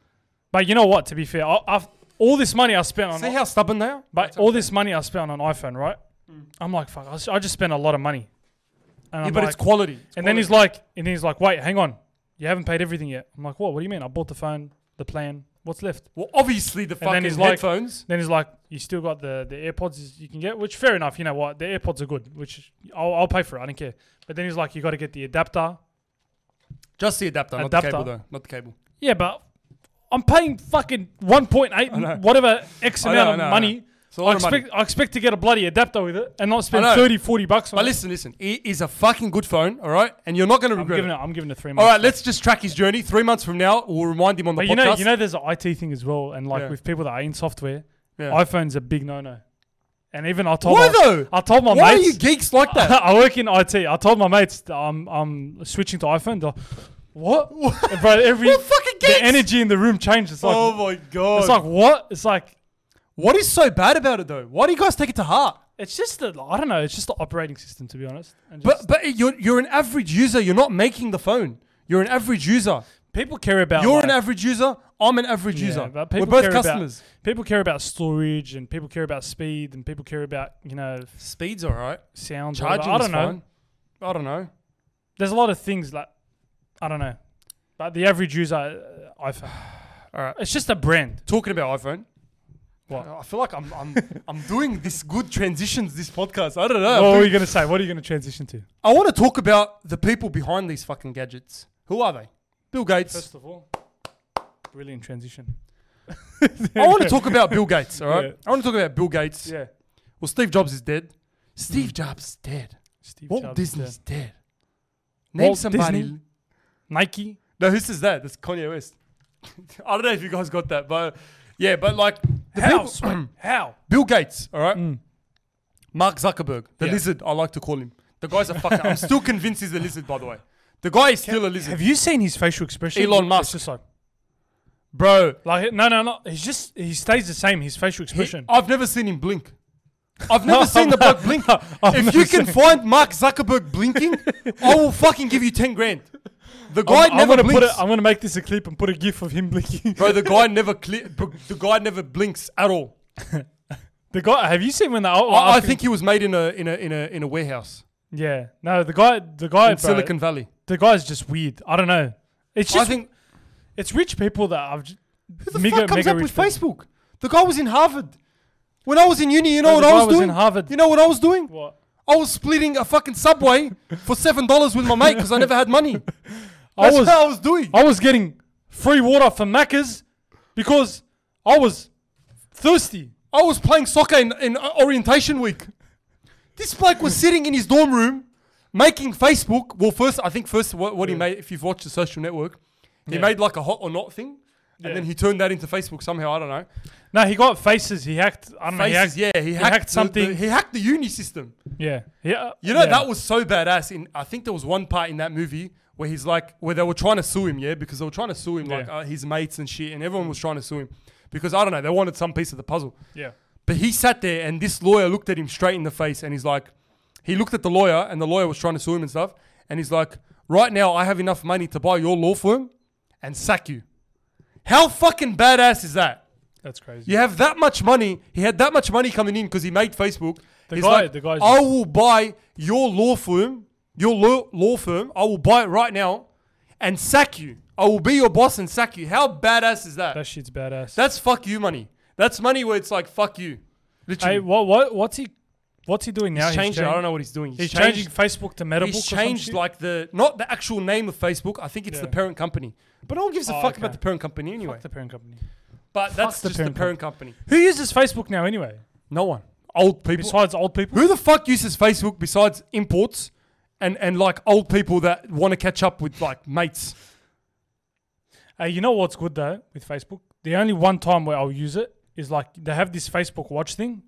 But you know what? To be fair, I, I've all this money I spent on.
See how stubborn they are.
but all this money I spent on an iPhone, right? I'm like, fuck. I, s- I just spent a lot of money. And
yeah,
I'm
but
uh, like-
it's quality. It's
And then
quality.
he's like, and he's like, wait, hang on, you haven't paid everything yet. I'm like, what? What do you mean? I bought the phone, the plan. What's left?
well, obviously the
And
fucking
then he's like,
headphones.
then he's like, you still got the the AirPods you can get, which fair enough. You know what? The AirPods are good, which I'll, I'll pay for. it. I don't care. But then he's like, you got to get the adapter.
just the adapter, not
Adapter.
the cable, though. Not the cable.
Yeah, but I'm paying fucking 1.8 whatever X
I
amount
know,
of
I know, I
money.
know. It's a lot
I
of money.
expect I expect to get a bloody adapter with it and not spend
I know.
30, 40 bucks on
But
it.
listen, listen. It is a fucking good phone, all right? And you're not going to
I'm
regret
giving
it.
it. I'm giving it three months.
All right, let's just track his journey. Three months from now, we'll remind him on the
But
podcast.
you know, you know, there's an IT thing as well, and like
Yeah.
with people that are in software,
Yeah.
iPhone's a big no-no. And even I told
Why
my,
though?
I told my
Why
mates.
are you geeks like that?
I work in IT. I told my mates that I'm I'm switching to iPhone. They're, what? Bro, every
We're fucking geeks! Oh
the energy in the room changed. It's like
my god!
it's like what? It's like
what is so bad about it though? Why do you guys take it to heart?
it's just the I don't know. It's just the operating system, to be honest. And
But
just-
but you're you're an average user. You're not making the phone. You're an average user.
people care about
You're
like-
an average user. I'm an average
Yeah,
user.
but
We're
people
both
care
customers.
About, people care about storage, and people care about speed, and people care about you know
Speed's all right.
sound. or whatever.
Charging
I
is
don't know.
fine. I don't know.
there's a lot of things like I don't know, but the average user uh, iPhone. All
right.
it's just a brand.
Talking about iPhone.
What?
I feel like I'm I'm I'm doing this good transitions this podcast. I don't know.
What are you gonna say? What are you gonna transition to?
I want to talk about the people behind these fucking gadgets. Who are they? Bill Gates.
First of all, brilliant transition.
I want to talk about Bill Gates, all right?
Yeah.
I want to talk about Bill Gates.
Yeah.
Well, Steve Jobs is dead. Steve Jobs is dead.
Steve
Walt
Jobs,
Disney's
yeah.
dead. Name
Walt
somebody.
Disney? Nike.
No, who says that? That's Kanye West. I don't know if you guys got that, but yeah, but like the
How?
people-
Swag? How?
Bill Gates, all right? Mark Zuckerberg, the
Mm. Yeah.
lizard, I like to call him. The guy's a fucker. I'm still convinced he's a lizard, by the way. The guy is still a lizard.
Have you seen his facial expression?
Elon
It's
Musk.
just like,
Bro,
like no, no, no. He's just he stays the same. His facial
he-
expression.
I've never seen him blink. I've never seen the bloke blink. if you can find Mark Zuckerberg blinking, I will fucking give you 10 grand. The guy
I'm, I'm
never
gonna
blinks.
put it. I'm gonna make this a clip and put a gif of him blinking.
Bro, the guy never cle- bro, the guy never blinks at all.
the guy. Have you seen when the? Oh, I,
I, I think he was made in a in a in a in a warehouse
Yeah. No, the guy. The guy.
in
bro,
Silicon Valley.
The guy's just weird. I don't know. It's just.
I think
it's rich people that I've. Just, Who
the fuck comes up with Facebook. The guy was in Harvard. When I was in uni, you know
No,
what
the
I
guy
was,
was in
doing?
Harvard.
You know what I was doing?
What?
I was splitting a fucking subway for seven dollars with my mate because I never had money. That's
was-
what I was doing.
I was getting free water from Macca's because I was thirsty.
I was playing soccer in, in uh, orientation week. This bloke was sitting in his dorm room making Facebook. Well, first, I think first what, what he made, if you've watched the social network, he made like a hot or not thing. And then
Yeah.
he turned that into Facebook somehow. I don't know.
No, he got faces. He hacked. I don't know.
Faces,
He hacked,
yeah, he hacked, the- the-
something.
he hacked the uni system.
yeah. Yeah.
You know
yeah.
that was so badass. In I think there was one part in that movie where he's like, where they were trying to sue him, yeah, because they were trying to sue him, like
Yeah.
uh, his mates and shit, and everyone was trying to sue him because I don't know, they wanted some piece of the puzzle.
Yeah.
But he sat there, and this lawyer looked at him straight in the face, and he's like, he looked at the lawyer, and the lawyer was trying to sue him and stuff, and he's like, right now I have enough money to buy your law firm and sack you. How fucking badass is that?
That's crazy.
You have that much money. He had that much money coming in because he made Facebook.
The
He's
guy-
like,
the guy's
I
just-
will buy your law firm, your law, law firm. I will buy it right now, and sack you. I will be your boss and sack you. How badass is
That
that? That's,
shit's badass.
fuck you money. That's money where it's like fuck you. Literally,
hey, what? What? What's he? What's he doing now?
he's changed. it. I don't know what he's doing.
He's,
changed-
changing Facebook to Metabook.
He's
or some
changed
shit?
like the not the actual name of Facebook. I think it's the
Yeah.
parent company. But no one gives a
Oh,
fuck
okay.
about the parent company anyway.
Fuck the parent company.
but that's
the
just
parent
the parent company.
Who uses Facebook now anyway?
No one. Old people.
Besides old people.
Who the fuck uses Facebook besides imports and, and like old people that want to catch up with like mates?
Hey, Uh, you know what's good though with Facebook? The only one time where I'll use it is like they have this Facebook Watch thing,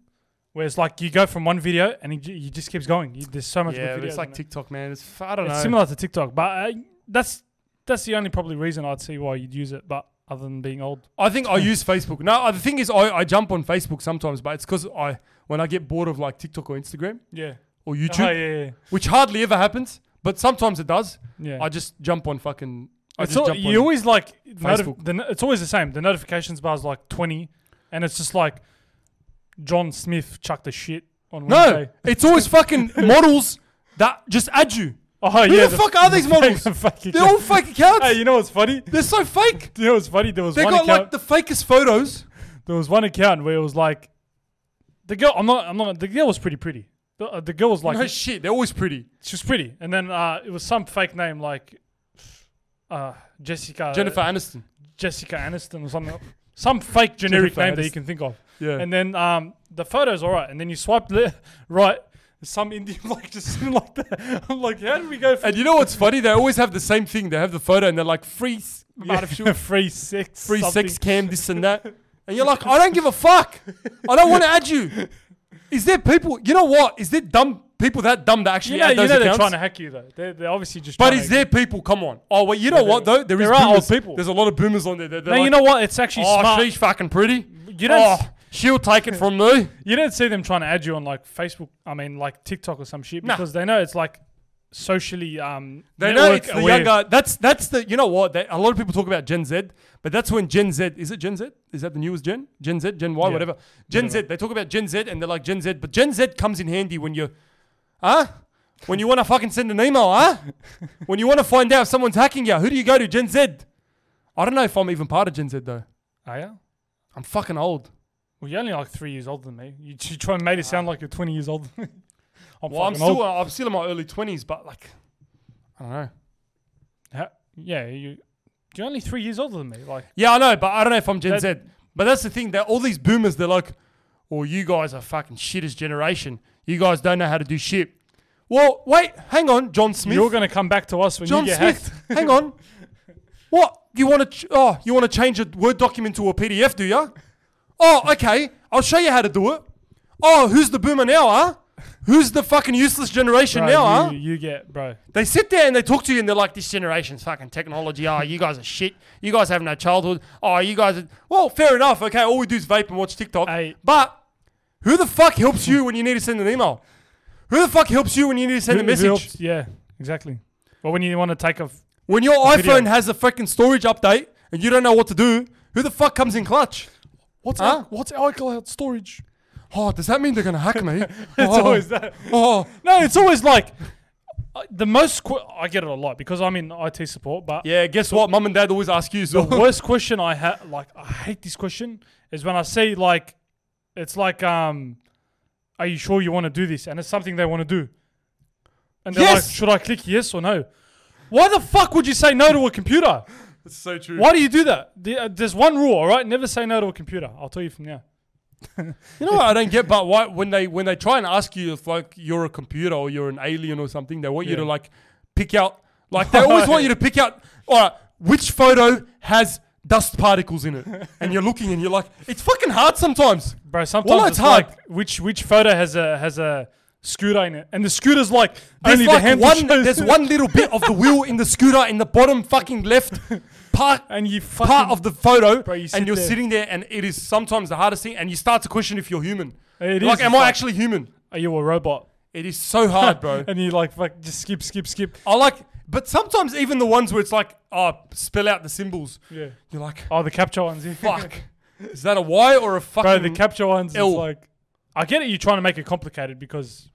where it's like you go from one video and it, you just keeps going. You, there's so much. good
Yeah, but it's
videos
like
on it.
TikTok, man. It's f- I don't
It's
know.
similar to TikTok, but uh, that's that's the only probably reason I'd see why you'd use it. But other than being old,
I think I use Facebook. No, uh, the thing is, I, I jump on Facebook sometimes, but it's because I when I get bored of like TikTok or Instagram
yeah,
or YouTube,
oh, yeah, yeah.
which hardly ever happens, but sometimes it does.
yeah.
I just jump on fucking. I
it's
just
all,
jump
you
on.
always like
Facebook.
Notif- the, no- it's always the same. The notifications bar is like twenty, and it's just like John Smith chucked the shit on
No,
Wednesday.
it's always fucking models that just add you.
oh
Who
yeah,
the, fuck are these models?
the fucking-
They're all fake accounts.
Hey, you know what's funny?
They're so fake.
You know what's funny? There was
They
one
got
account.
like the fakest photos.
there was one account where it was like, the girl. I'm not. I'm not. The girl was pretty pretty. The, uh, the girl was like,
no shit, they're always pretty.
she was pretty, and then uh, it was some fake name like, uh, Jessica
Jennifer Aniston.
Jessica Aniston or something. Some fake generic
Jennifer
name that you
Aniston.
can think of.
Yeah.
And then um, the photo's all right. And then you swipe le- right. Some Indian like just sitting like that. I'm like, how did we go from
And you know what's funny? They always have the same thing. They have the photo and they're like free s- amount of shit,
free sex?
free
something.
sex cam, this and that. And you're like, I don't give a fuck. I don't want to add you. Is there people? You know what? Is there dumb people that dumb that actually
You know,
add
you
those
know they're
accounts?
trying to hack you though. They're, they're obviously just.
but
trying
is
to-
there people? Come on. Oh well, you know what though? There is
there are old
boomers.
people.
There's a lot of boomers on there. They're, they're
No, you
like,
know what? It's actually
oh,
smart.
she's fucking pretty.
You don't-
Oh, she'll take it from me.
You don't see them trying to add you on like Facebook. I mean, like TikTok or some shit
Nah.
because they know it's like socially. Um,
They know
network
it's the
aware.
younger. That's that's the you know what they, a lot of people talk about Gen Z, but that's when Gen Z is it Gen Z? Is that the newest Gen? Gen Z, Gen Y,
Yeah.
whatever. Gen Z. They talk about Gen Z and they're like Gen Z, but Gen Z comes in handy when you, huh? When you want to fucking send an email, huh? when you want to find out if someone's hacking you, who do you go to? Gen Z. I don't know if I'm even part of Gen Z though.
Oh, yeah.
I'm fucking old.
Well, you're only like three years older than me. You, you try and made it sound like you're 20 years old. I'm
Ah. Well,
fucking
I'm still
old.
I'm still in my early twenties, but like, I don't know.
Ha- yeah, you. You're only three years older than me. Like,
Yeah, I know, but I don't know if I'm Gen
That-
Z. But that's the thing that all these boomers, they're like, "Well, you guys are fucking shittest generation. You guys don't know how to do shit." Well, wait, hang on, John Smith.
you're gonna come back to us when
John
you get
Smith,
hacked.
hang on. What you want to? Ch- oh, you want to change a Word document to a PDF, do ya? Oh, okay. I'll show you how to do it. Oh, who's the boomer now, huh? Who's the fucking useless generation
Bro,
now, huh?
you, you get, bro.
They sit there and they talk to you and they're like, this generation's fucking technology. Oh, you guys are shit. You guys have no childhood. Oh, you guys are. Well, fair enough. Okay, all we do is vape and watch TikTok.
Hey.
But who the fuck helps you when you need to send an email? Who the fuck helps you when you need to send
Who-
a
who
message?
helps- Yeah, exactly. Well, when you want to take a, f-
When your
video.
iPhone has a fucking storage update and you don't know what to do, who the fuck comes in clutch?
what's
Huh?
our, what's our cloud storage?
Oh, does that mean they're gonna hack me? it's
It's always that.
Oh,
No, it's always like uh, the most. Qu- I get it a lot because I'm in IT support, but
yeah. Guess what? Mum and dad always ask you. So
worst question I had, like I hate this question, is when I see like, it's like, um, are you sure you want to do this? And it's something they want to do, and they're
Yes!
like, should I click yes or no? Why the fuck would you say no to a computer?
It's so true.
Why do you do that? The- uh, There's one rule, all right? Never say no to a computer. I'll tell you from now.
You know what I don't get, but why when they when they try and ask you if like you're a computer or you're an alien or something, they want you to
Yeah.
like pick out like they always want you to pick out all right, which photo has dust particles in it. and you're looking and you're like, it's fucking hard sometimes.
Bro, sometimes
Well,
it's
it's hard.
like which which photo has a has a scooter in it, and the scooter's like
There's
only
like
the handle
one
shows.
there's one little bit of the wheel in the scooter in the bottom fucking left part
and you fucking
part of the photo
Bro, you sit
and you're
there.
sitting there and it is sometimes the hardest thing and you start to question if you're human.
It
like,
is,
am
it's
I
like-
actually human?
are you a robot?
It is so hard, bro.
and you like fuck just skip skip skip.
I like, but sometimes even the ones where it's like, oh, spell out the symbols.
Yeah.
You're like,
Oh, the capture ones. yeah.
fuck. Is that a Y or
Bro,
a fucking?
the capture ones. It's
L.
like I get it. You're trying to make it complicated because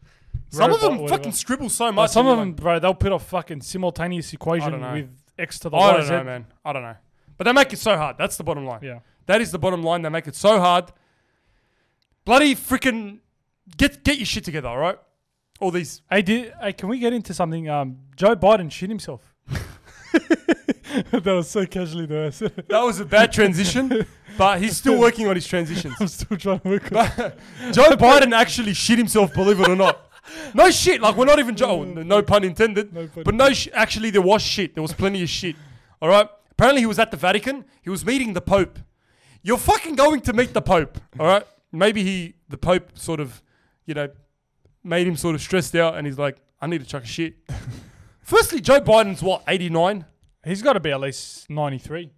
some
robot,
of them
whatever.
fucking scribble so
But
much.
some
and
of
you're
them, bro, they'll put a fucking simultaneous equation
know.
with x to the
like,
y.
I don't
Z.
know, man. I don't know. "Oh, But they make it so hard. That's the bottom line.
Yeah.
That is the bottom line. They make it so hard. Bloody freaking get get your shit together, all right? All these.
Hey, did, hey, can we get into something? Um, Joe Biden shit himself. that was so casually though. I said it.
That was a bad transition, but he's still working on his transitions.
I'm still trying to work. on it.
Joe Biden actually shit himself, believe it or not. No shit, like we're not even Joe. oh, No, no pun intended.
pun
but no, sh- actually, there was shit. There was plenty of shit. All right. Apparently, he was at the Vatican. He was meeting the Pope. You're fucking going to meet the Pope. All right. Maybe he, the Pope, sort of, you know, made him sort of stressed out, and he's like, I need to chuck a shit. Firstly, Joe Biden's what 89.
He's got to be at least 93.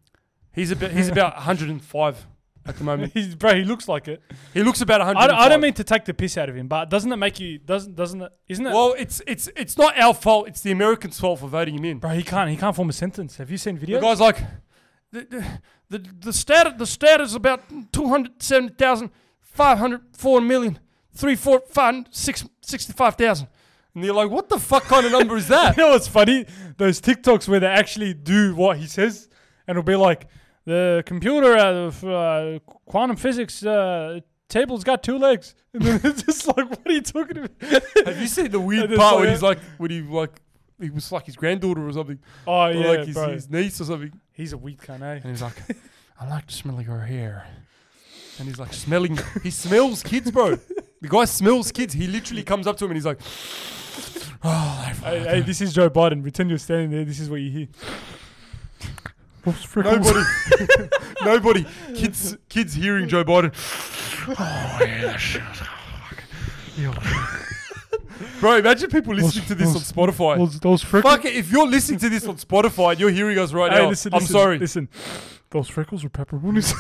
He's about he's about 105 at the moment.
He's, bro, he looks like it.
He looks about 100.
I, don't- I don't mean to take the piss out of him, but doesn't it make you doesn't doesn't it isn't it?
Well, it's it's it's not our fault. It's the Americans' fault for voting him in.
bro, he can't he can't form a sentence. Have you seen
The
videos?
guy's like, the the the, the stat the stat is about 270,000, 504 million, 3, 4, 5, 6, 65,000. And you're like, what the fuck kind of number is that?
You know what's funny? Those TikToks where they actually do what he says, and it'll be like the computer out of uh, quantum physics uh, table's got two legs, and then it's just like, what are you talking about?
Have you seen the weird
And it's
part
like
when
a-
he's like, when he like, he was like his granddaughter or something,
oh
or
yeah,
like his,
bro.
his niece or something,
he's a weak cunt, eh?
and he's like, I like the smell of your hair. And he's like smelling, he smells kids, bro. The guy smells kids. He literally comes up to him and he's like, oh, I've-
hey, hey, this is Joe Biden. Pretend you're standing there. This is what you hear.
Nobody, nobody, kids, kids hearing Joe Biden. Oh, Bro, imagine people listening to this on Spotify.
Those, those freckles.
Fuck it, if you're listening to this on Spotify and you're hearing us right
Hey,
now,
listen,
I'm
listen,
sorry.
Listen, those freckles are pepperonis.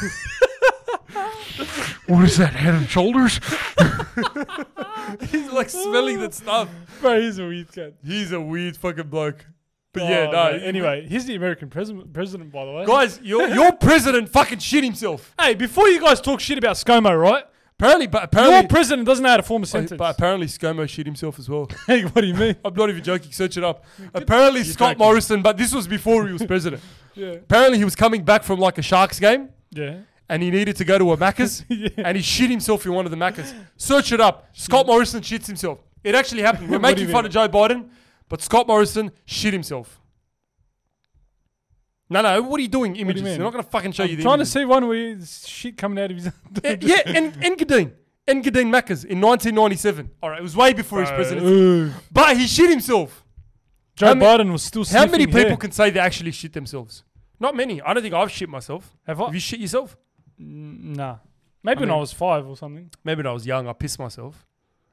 What is that, head and shoulders?
He's like smelling that stuff.
bro, he's a weak cunt.
He's a weird fucking bloke. But
Oh,
yeah, no.
man. Anyway, he's the American president. President, by the way.
guys, your your president fucking shit himself.
Hey, before you guys talk shit about ScoMo, right?
Apparently, but
Your
apparently,
president doesn't know how to form a sentence.
but apparently, ScoMo shit himself as well.
Hey, what do you mean?
I'm not even joking. Search it up. Apparently, Scott
joking.
Morrison, but this was before he was president.
Yeah.
Apparently, he was coming back from like a Sharks game
Yeah.
and he needed to go to a Macca's and he shit himself in one of the Macca's. Search it up. Scott Morrison shits himself. It actually happened. We're
What do
making
you
fun
mean?
of Joe Biden, but Scott Morrison shit himself. No, no. What are you doing? Images.
mean?
They're not going to fucking show you the
Trying to
images.
see one where there's shit coming out of his.
Eh, yeah, in Engadine. Engadine Maccas in 1997. All right, it was way before his presidency.
Uh, Ooh.
But he shit himself.
Joe
How many-
Biden was still.
How many
sniffing
people
hair.
can say they actually shit themselves? Not many. I don't think I've shit myself.
Have I?
Have you shit yourself?
Nah. Maybe when I
mean-
was five or something.
Maybe when I was young, I pissed myself.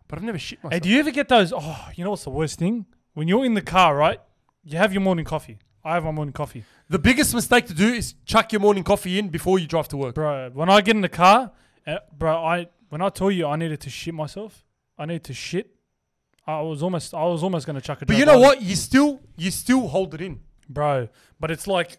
But I've never shit myself.
Hey, do you ever get those? Oh, you know what's the worst thing? When you're in the car, right? You have your morning coffee. I have my morning coffee,
the biggest mistake to do is chuck your morning coffee in before you drive to work.
bro. When I get in the car, uh, bro, I when I tell you I needed to shit myself, I needed to shit. I was almost, I was almost gonna chuck it.
But you know what? You still, you still hold it in.
bro? But it's like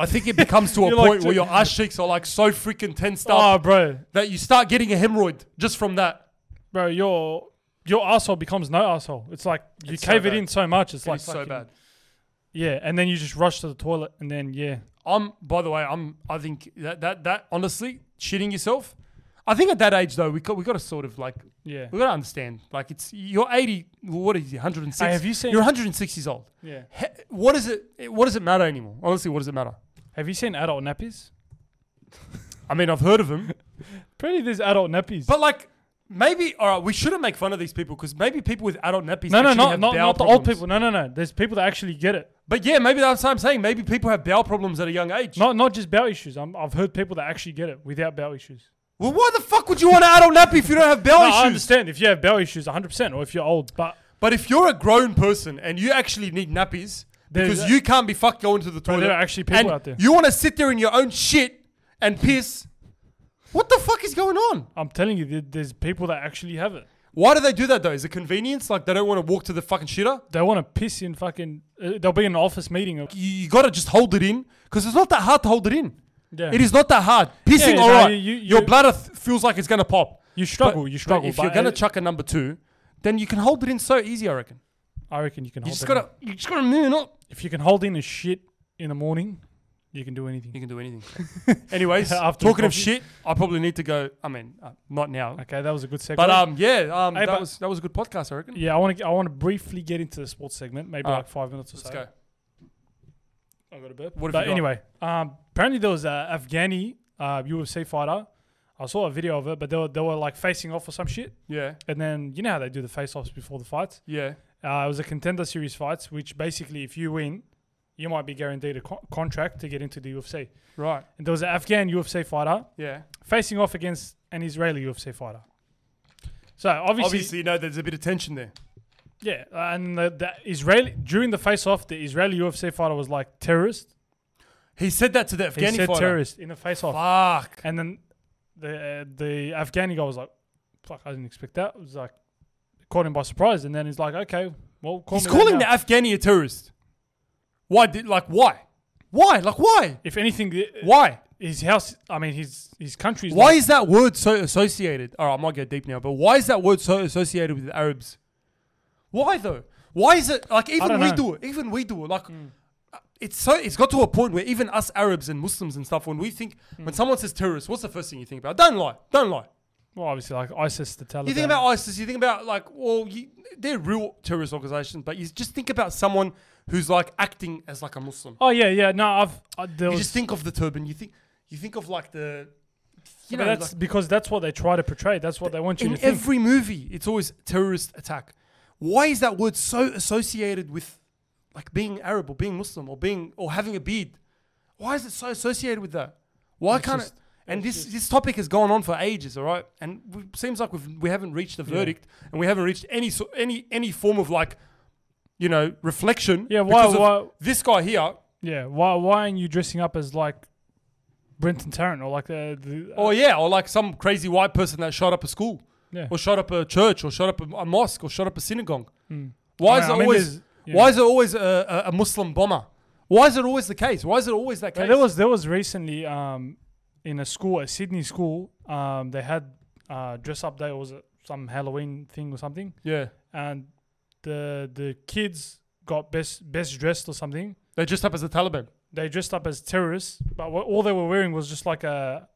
I think it becomes to a
You're like
point
to-
where your ass cheeks are like so freaking tensed up
Oh, bro,
that you start getting a hemorrhoid just from that.
bro, your your asshole becomes no asshole. It's like you
It's so
cave it
bad.
in so much. It's like
It's so
fucking-
bad.
Yeah, and then you just rush to the toilet, and then yeah,
I'm. By the way, I'm. I think that that that honestly, shitting yourself. I think at that age though, we got we got to sort of like
yeah,
we got to understand. Like it's you're 80. What is you? 106.
Hey, have you seen-
You're 106 years old.
yeah.
He, what is it? What does it matter anymore? Honestly, what does it matter?
Have you seen adult nappies?
I mean, I've heard of them,
Pretty, there's adult nappies.
but like. Maybe all right. We shouldn't make fun of these people because maybe people with adult nappies.
No, no,
actually
not
have
not,
bowel
not the old
problems.
people. No, no, no. There's people that actually get it.
But yeah, maybe that's what I'm saying. Maybe people have bowel problems at a young age.
Not not just bowel issues. I'm, I've heard people that actually get it without bowel issues.
Well, why the fuck would you want an adult nappy if you don't have bowel
No,
issues?
I understand if you have bowel issues, 100, percent or if you're old. But
But if you're a grown person and you actually need nappies
There's
because
a-
you can't be fucked going to the toilet,
there are actually people
and
out there.
You want to sit there in your own shit and piss. What the fuck is going on?
I'm telling you, there- there's people that actually have it.
Why do they do that though? Is it convenience? Like they don't want to walk to the fucking shitter?
They want to piss in fucking. Uh, they'll be in an office meeting.
You, you gotta just hold it in because it's not that hard to hold it in.
Yeah.
It is not that hard. Pissing,
no,
all right.
you- you-
your bladder th- feels like it's gonna pop.
You struggle.
But-
you struggle.
But if
but
you're gonna
I,
chuck a number two, then you can hold it in so easy. I reckon.
I reckon you can.
You
hold
just
it in.
gotta. You just gotta move it.
If you can hold in a shit in the morning, you can do
You
anything.
can do anything. Anyways,
After
talking of
coffee.
shit, I probably need to go. I mean, uh, not now.
Okay, that was a good segue.
But um, yeah, um,
Hey,
that
but-
was that was a good podcast. I reckon.
yeah, I want to. I want to briefly get into the sports segment, maybe
All right.
like five minutes or
Let's
so.
go.
I got a burp.
What have
but
you got?
anyway, um, apparently there was a Afghani uh, UFC fighter. I saw a video of it, but they were, they were like facing off or some shit.
Yeah,
And then you know how they do the face offs before the fights.
yeah.
Uh, it was a contender series fights, which basically if you win, you might be guaranteed a co- contract to get into the UFC.
Right.
And there was an Afghan UFC fighter
Yeah.
facing off against an Israeli UFC fighter. So obviously,
Obviously, you know, there's a bit of tension there.
yeah, uh, and the, the Israeli during the face off, the Israeli UFC fighter was like terrorist.
He said that to
He
the Afghani
said
fighter.
terrorist in the face off.
Fuck.
And then the uh, the Afghani guy was like, "Fuck, I didn't expect that." It was like caught him by surprise, and then he's like, "Okay, well, call
He's
me that
calling the
now."
Afghani a terrorist. Why did like why? Why like why?
if anything, the-
Why?
his house. I mean, his his country's
Why
like-
is that word so associated? All right, I might go deep now, but why is that word so associated with Arabs? Why though? Why is it like even
don't
we
know. Hmm.
do it? Even we do it. Like uh, it's so it's got to a point where even us Arabs and Muslims and stuff, when we think
Hmm.
when someone says terrorist, what's the first thing you think about? Don't lie, don't lie.
well, obviously, like ISIS, the Taliban.
You think about ISIS, you think about like, well, you, they're real terrorist organizations, but you just think about someone who's like acting as like a Muslim.
Oh yeah, yeah. No, I've uh, there
You
was,
just think of the turban. You think you think of like the you
but
know,
that's
like-
because that's what they try to portray. That's what they want you
in
to think.
every movie it's always terrorist attack why is that word so associated with like being arab or being muslim or being or having a beard why is it so associated with that why can't
just-
it and this this topic has gone on for ages all right and it seems like we've, we haven't reached a verdict and we haven't reached any so, any any form of like you know reflection
Yeah, why-
because of
why-
this guy here
yeah. Why why aren't you dressing up as like Brenton Tarrant or like the, the
or yeah or like some crazy white person that shot up a school
yeah.
or shot up a church or shot up a, a mosque or shot up a synagogue. Why
I mean- I
is it
mean,
always
there's- Hmm. yeah.
why is it always a, a, a Muslim bomber? Why is it always the case? Why is it always that
Yeah,
case?
uh, there was there was recently um, in a school, a Sydney school, um, they had uh, dress up day or was it some Halloween thing or something,
yeah,
and the the kids got best best dressed or something.
they dressed up as the Taliban.
They dressed up as terrorists, but what, all they were wearing was just like a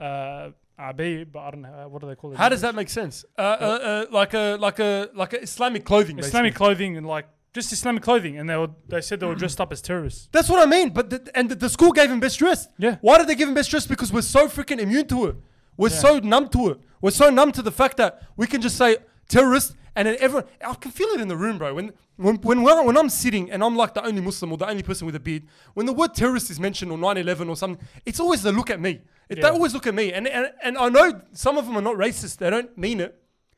uh, abi, but I don't know uh, what do they call it.
How does that make sense? Uh, uh, uh, like a like a like a Islamic clothing.
Islamic
basically.
clothing and like Just Islamic clothing, and they were they said they were dressed up as terrorists.
That's what I mean. But the, and the, the school gave him best dress.
Yeah.
Why did they give him best dress? Because we're so freaking immune to it. We're so numb to it. We're so numb to the fact that we can just say terrorist and then everyone. I can feel it in the room, bro. When when when, we're- when I'm sitting and I'm like the only Muslim or the only person with a beard, when the word terrorist is mentioned or 9/11 or something, it's always the look at me. It, They always look at me, and, and and I know some of them are not racist. They don't mean it,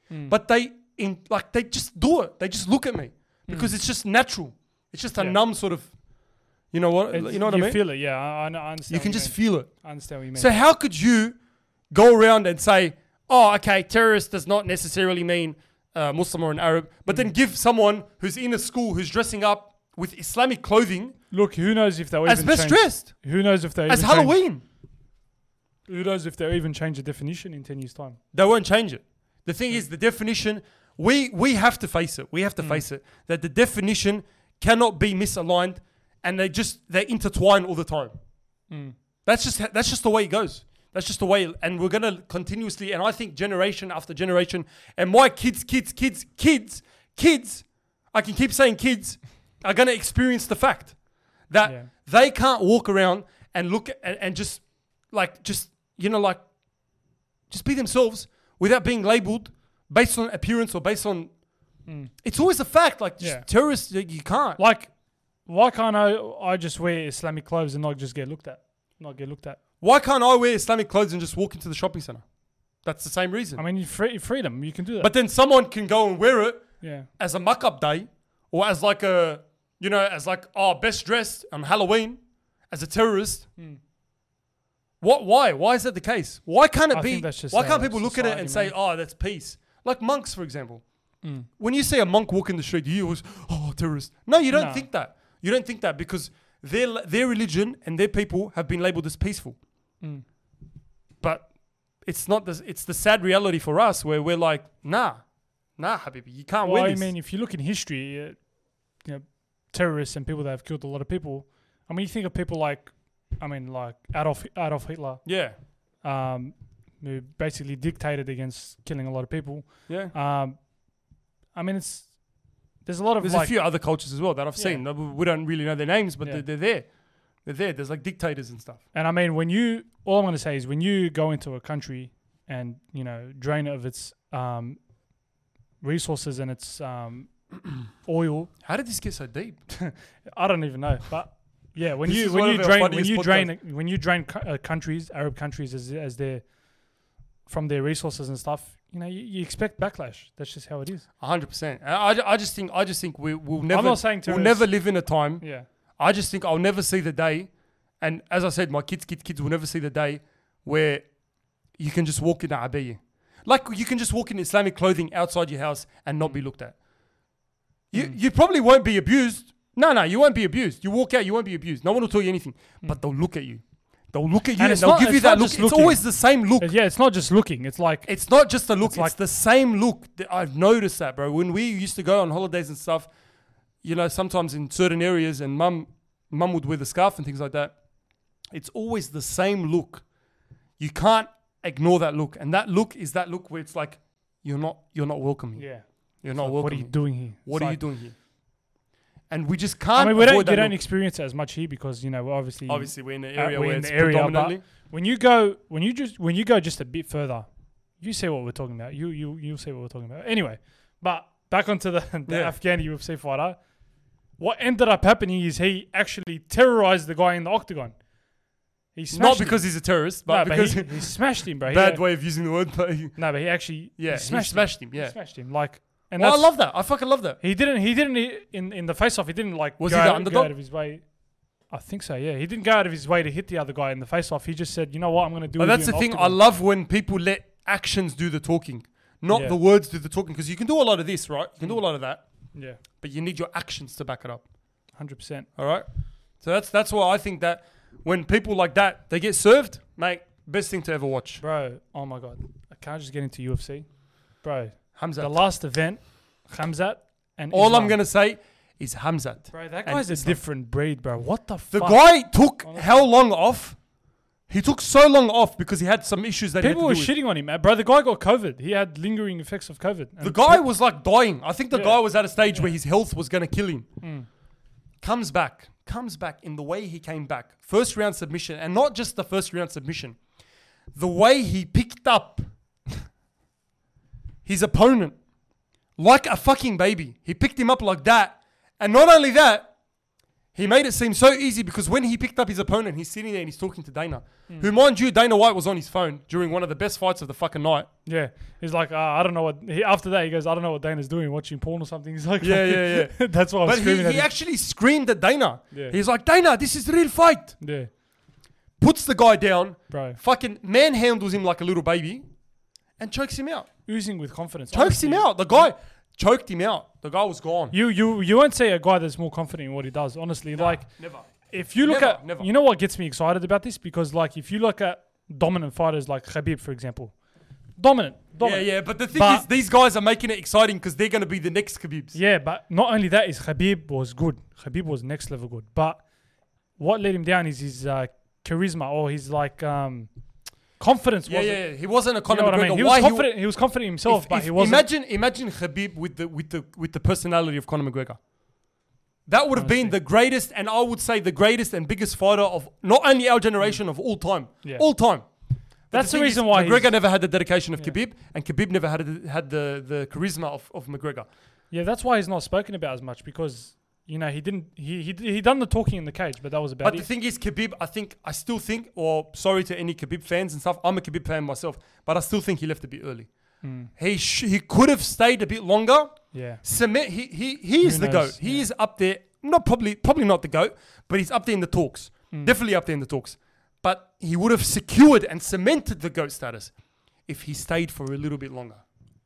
Hmm.
but they in like they just do it. They just look at me
Hmm.
because it's just natural. It's just a numb sort of. You know what? you know what I
you
mean?
feel it, yeah. I, I, know- I understand.
you
what
can just
mean.
feel it.
I understand what you mean.
So how could you go around and say, "Oh, okay, terrorist does not necessarily mean uh, Muslim or an Arab," but then
Hmm.
give someone who's in a school who's dressing up with Islamic clothing
Look, who knows if they'll
as
even
best
change,
dressed
Who knows if they
as
even change-
Halloween?
Who knows if they'll even change the definition in ten years time?
They won't change it. The thing is, the definition we we have to face it. We have to face it that the definition cannot be misaligned, and they just they intertwine all the time. That's just ho- that's just the way it goes. That's just the way, and we're gonna continuously. And I think generation after generation, and my kids, kids, kids, kids, kids, I can keep saying kids, are gonna experience the fact that
Yeah.
they can't walk around and look and, and just like just you know like just be themselves without being labeled based on appearance or based on. It's always a fact. Like just
Hmm. Yeah.
terrorists, you you can't.
Like, why can't I I just wear Islamic clothes and not just get looked at? Not get looked at.
Why can't I wear Islamic clothes and just walk into the shopping center? That's the same reason.
I mean, you free, freedom, you can do that.
But then someone can go and wear it
yeah,
as a muck up day or as like a, you know, as like, oh, best dressed on Halloween as a terrorist. Hmm. What, why? Why is that the case? Why can't it
I
be?
think that's just
why
how
can't people look at it
society, Hmm.
and say,
man.
oh, that's peace? Like monks, for example. When you see a monk walk in the street, you always, oh, terrorist. No, you don't
No.
think that. You don't think that because their, their religion and their people have been labeled as peaceful. But it's not the, it's the sad reality for us where we're like, nah, nah, Habibi, you can't
well,
win
I
this.
mean, if you look in history, uh, you know, terrorists and people that have killed a lot of people. I mean, you think of people like, I mean, like Adolf Adolf Hitler,
Yeah.
um, who basically dictated against killing a lot of people.
Yeah.
Um, I mean, it's there's a lot of
There's
like,
a few other cultures as well that I've seen. that We we don't really know their names, but
Yeah.
they're, they're there. They're there. There's like dictators and stuff.
and I mean, when you all I'm gonna say is when you go into a country and you know drain it of its um, resources and its um, oil,
How did this get so deep?
I don't even know, but. Yeah, when
This
you
is
when
one
you,
of our
drain, when
funniest
you drain when you drain cou- uh, countries, Arab countries as as their from their resources and stuff, you know, you, you expect backlash. That's just how it is.
100%. I, I, I just think I just think we, we'll never
not saying
we'll
terrorists.
never live in a time.
Yeah.
I just think I'll never see the day, and as I said, my kids, kids, kids will never see the day where you can just walk in abaya, like you can just walk in Islamic clothing outside your house and not be looked at. You
Mm.
you probably won't be abused. No, no, you won't be abused. You walk out, you won't be abused. No one will tell you anything, but they'll look at you. They'll look at you and,
Mm. it's
they'll
not-
give you
it's not
that look.
just
It's
looking.
always the same look.
Yeah, it's not just looking. It's like
It's not just the look, it's,
like-
the same look. Th- I've noticed that, bro. When we used to go on holidays and stuff, you know, sometimes in certain areas and mum mum would wear the scarf and things like that. It's always the same look. You can't ignore that look. And that look is that look where it's like you're not you're not welcome here.
yeah.
You're not welcome.
What are you
here.
doing here?
What
It's
are you
like-
doing here? And we just
I
can't
mean, we
avoid
don't
that
you don't
look.
experience it as much here because you know we're obviously
Obviously we're in an
uh,
area
we're
where
in
it's
the area, but
predominantly
when you go when you just when you go just a bit further, you see what we're talking about. You you you'll see what we're talking about. Anyway, but back onto the, the
Yeah.
Afghani UFC fighter. What ended up happening is he actually terrorized the guy in the octagon. He
not
smashed
because he's a terrorist,
him. No,
but because
but he, he smashed him, bro. He-
bad way of using the word, but
No, but he actually
Yeah, he
smashed,
smashed him,
He
yeah.
smashed him like and
well, I
that's-
love that. I fucking love that.
He didn't. He didn't. he- In in the face off, he didn't like.
Was
go
he the
out,
underdog?
Go out of his way. I think so. Yeah, he didn't go out of his way to hit the other guy in the face off. He just said, "You know what? I'm going to do."
But
with
that's
you
the
in
thing. I
octagon."
love when people let actions do the talking, not
Yeah. Mm.
the words do the talking. Because you can do a lot of this, right? You can do a lot of that,
Yeah,
but you need your actions to back it up.
hundred percent.
All right. So that's that's why I think that when people like that they get served, mate, best thing to ever watch.
Bro, oh my god, I can't just get into UFC, bro.
Hamzat.
The last event, Hamzat and
All I'm
Islam.
gonna say is Hamzat.
Bro, that
And
guy's a
Islam.
different breed, bro. What the,
The
fuck?
guy took how long off He took so long off because he had some issues that
People
he
were
had to do with.
shitting on him, man. bro. The guy got COVID. He had lingering effects of COVID.
The
And
guy was like dying. I think the guy was at a stage where his health was going to kill him. Comes back, comes back in the way he came back. First round submission, and not just the first round submission, the way he picked up his opponent like a fucking baby. He picked him up like that. And not only that, he made it seem so easy because when he picked up his opponent, he's sitting there and he's talking to Dana, who, mind you, Dana White was on his phone during one of the best fights of the fucking night.
yeah, he's like, uh, I don't know what. He, after that, he goes, I don't know what Dana's doing, watching porn or something. He's like,
Yeah, yeah, yeah.
That's why I was
But he,
screaming at
he
him.
actually screamed at Dana.
Yeah.
He's like, Dana, this is real fight.
yeah,
Puts the guy down,
bro,
fucking manhandles him like a little baby, and chokes him out.
oozing with confidence.
Chokes him
Honestly,
out. The guy choked him out. The guy was gone.
You you you won't see a guy that's more confident in what he does. Honestly, like
Never.
if you look
Never,
at
never.
you know what gets me excited about this because like if you look at dominant fighters like Khabib for example, dominant,
Yeah,
dominant.
yeah. But the thing
But-
is, these guys are making it exciting because they're going to be the next Khabibs.
Yeah, but not only that is Khabib was good. Khabib was next level good. But what let him down is his uh, charisma or his like um, confidence.
yeah,
wasn't,
yeah. yeah. He wasn't a
You
Conor
know what I
McGregor.
mean? He
Why
was
he wa-
confident. He, was confident in
if-
himself, Oh, but
if-
he wasn't.
imagine, imagine Khabib with the with the with the personality of Conor McGregor. That would have been the greatest, and I would say the greatest and biggest fighter of not only our generation of all time,
Yeah.
all time. But
That's the
thing is,
reason why he's-
McGregor never had the dedication of Khabib, and Khabib never had the- had the, the charisma of, of McGregor.
yeah, that's why he's not spoken about as much because you know he didn't. He he he done the talking in the cage, but that was about
But the
it.
thing is, Khabib, I think, I still think, or sorry to any Khabib fans and stuff, I'm a Khabib fan myself, but I still think he left a bit early.
Hmm.
He sh- he could have stayed a bit longer.
Yeah.
Cement. He he he is
Who
the
knows?
goat. He is up there. Not probably probably not the goat, but he's up there in the talks.
Hmm.
Definitely up there in the talks. But he would have secured and cemented the goat status if he stayed for a little bit longer.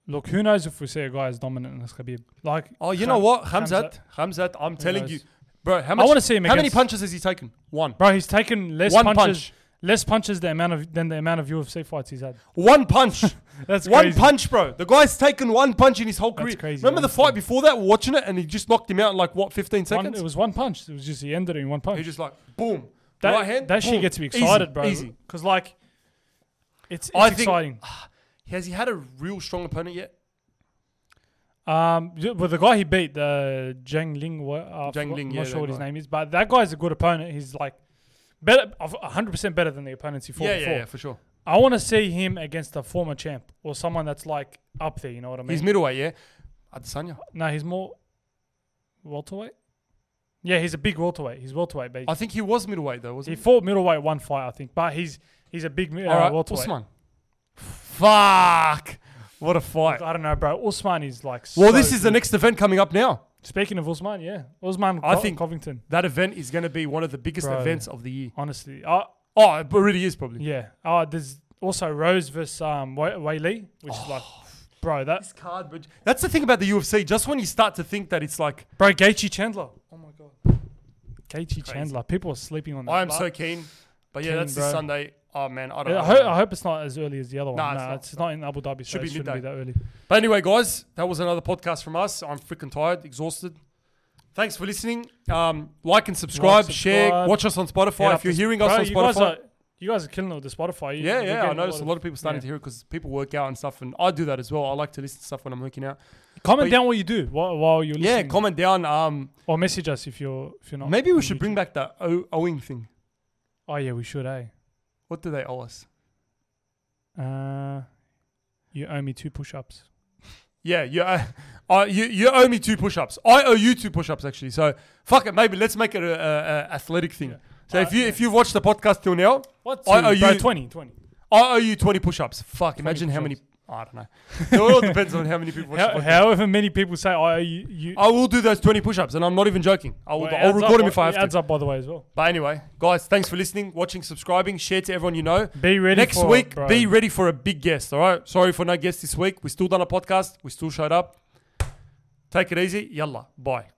Look, who knows if we see a guy as dominant as Khabib? Like,
Oh, you
Kham-
know what,
Hamzat.
Hamzat? Hamzat, I'm telling you,
knows?
bro. How much?
wanna see him
How many
against-
punches has he taken? One.
bro, he's taken less
One
punches.
punch.
Less punches the amount of than the amount of UFC fights he's had.
One punch.
That's
one
crazy.
punch, bro. The guy's taken one punch in his whole career.
crazy,
Remember the
honestly.
fight before that? We're watching it, and he just knocked him out in like what, 15
One-
seconds?
it was one punch. It was just he ended it in one punch.
he just like boom,
That,
right hand.
that shit
boom.
gets me
Easy,
excited, bro.
Easy.
Because like, it's, it's
I think-
exciting.
Has he had a real strong opponent yet?
um, y- well, the guy he beat, the Zhang Ling, wa- uh,
Zhang
Zhang
Ling,
Ling, I'm
yeah,
not
that
sure what his
guy.
name is, but that guy's a good opponent. He's like better, hundred percent better than the opponents he fought
Yeah, yeah,
before.
yeah, for sure.
I want to see him against a former champ or someone that's like up there. You know what I mean?
He's middleweight, yeah. Adesanya.
no, he's more welterweight. Yeah, he's a big welterweight. He's welterweight,
I
but
think he was middleweight though,
he
wasn't he?
fought middleweight one fight, I think. But he's he's a big mi- uh,
All right,
welterweight.
Usman. Fuck! What a fight.
I don't know, bro. Usman is like.
Well,
so
this is the
good.
next event coming up now.
Speaking of Usman, yeah, Usman.
I
Co-
think-
Covington.
That event is going to be one of the biggest
Bro.
events of the year.
Honestly, uh,
Oh, it really is probably.
yeah. Uh, there's also Rose versus um Wei, Wei Lee, which is like, bro, that
This card, but that's the thing about the UFC. Just when you start to think that it's like,
bro Gaethje Chandler. Oh my god, Gaethje Chandler. People are sleeping on that.
I am
but-
so keen, but yeah,
Keen,
that's this
bro.
Sunday. Oh man, I don't
Yeah,
know.
I, hope, I hope it's not as early as the other one.
Nah,
no,
it's
it's,
not.
not, in Abu Dhabi. So
Should
should
be
it shouldn't be
midday.
that early.
But anyway, guys, that was another podcast from us. I'm freaking tired, exhausted. Thanks for listening. Um, like and subscribe, share,
subscribe.
watch us on Spotify.
Yeah,
if you're
this-
hearing us
bro,
on
you guys
Spotify,
are you guys are killing it with the Spotify. You-
yeah,
you're
yeah, I
getting
noticed a lot of people starting
yeah.
to hear it because people work out and stuff, and I do that as well. I like to listen to stuff when I'm working out.
Comment
But-
down what you do while, while you're
Yeah,
listening.
comment down. Um,
or message us if you're if you're not.
maybe we
on
should
YouTube.
bring back the o- owing thing.
Oh yeah, we should. Eh.
What do they owe us?
Uh, you owe me two push-ups.
Yeah, you, uh, uh, you, you owe me two push ups. I owe you two push ups, actually. So, fuck it. Maybe let's make it a, a, a athletic thing. So,
Uh,
if, you, if you've watched the podcast till now,
What?
I owe
Bro,
you-
20, 20.
I owe Oh, you 20 push ups. Fuck, imagine how many. I don't know. It all depends on how many people watch the
How,
podcast.
however many people say I owe you. you
I will do those 20 push ups, and I'm not even joking. I will,
Well, it
Oh, I'll
adds
record
up,
them if I
It
have
adds
to.
up by the way as well.
But anyway, guys, thanks for listening, watching, subscribing, share to everyone you know.
Be ready
Next
for it,
week,
bro.
be ready for a big guest, all right? Sorry for no guest this week. We still done a podcast, we still showed up. Take it easy. Yalla. Bye.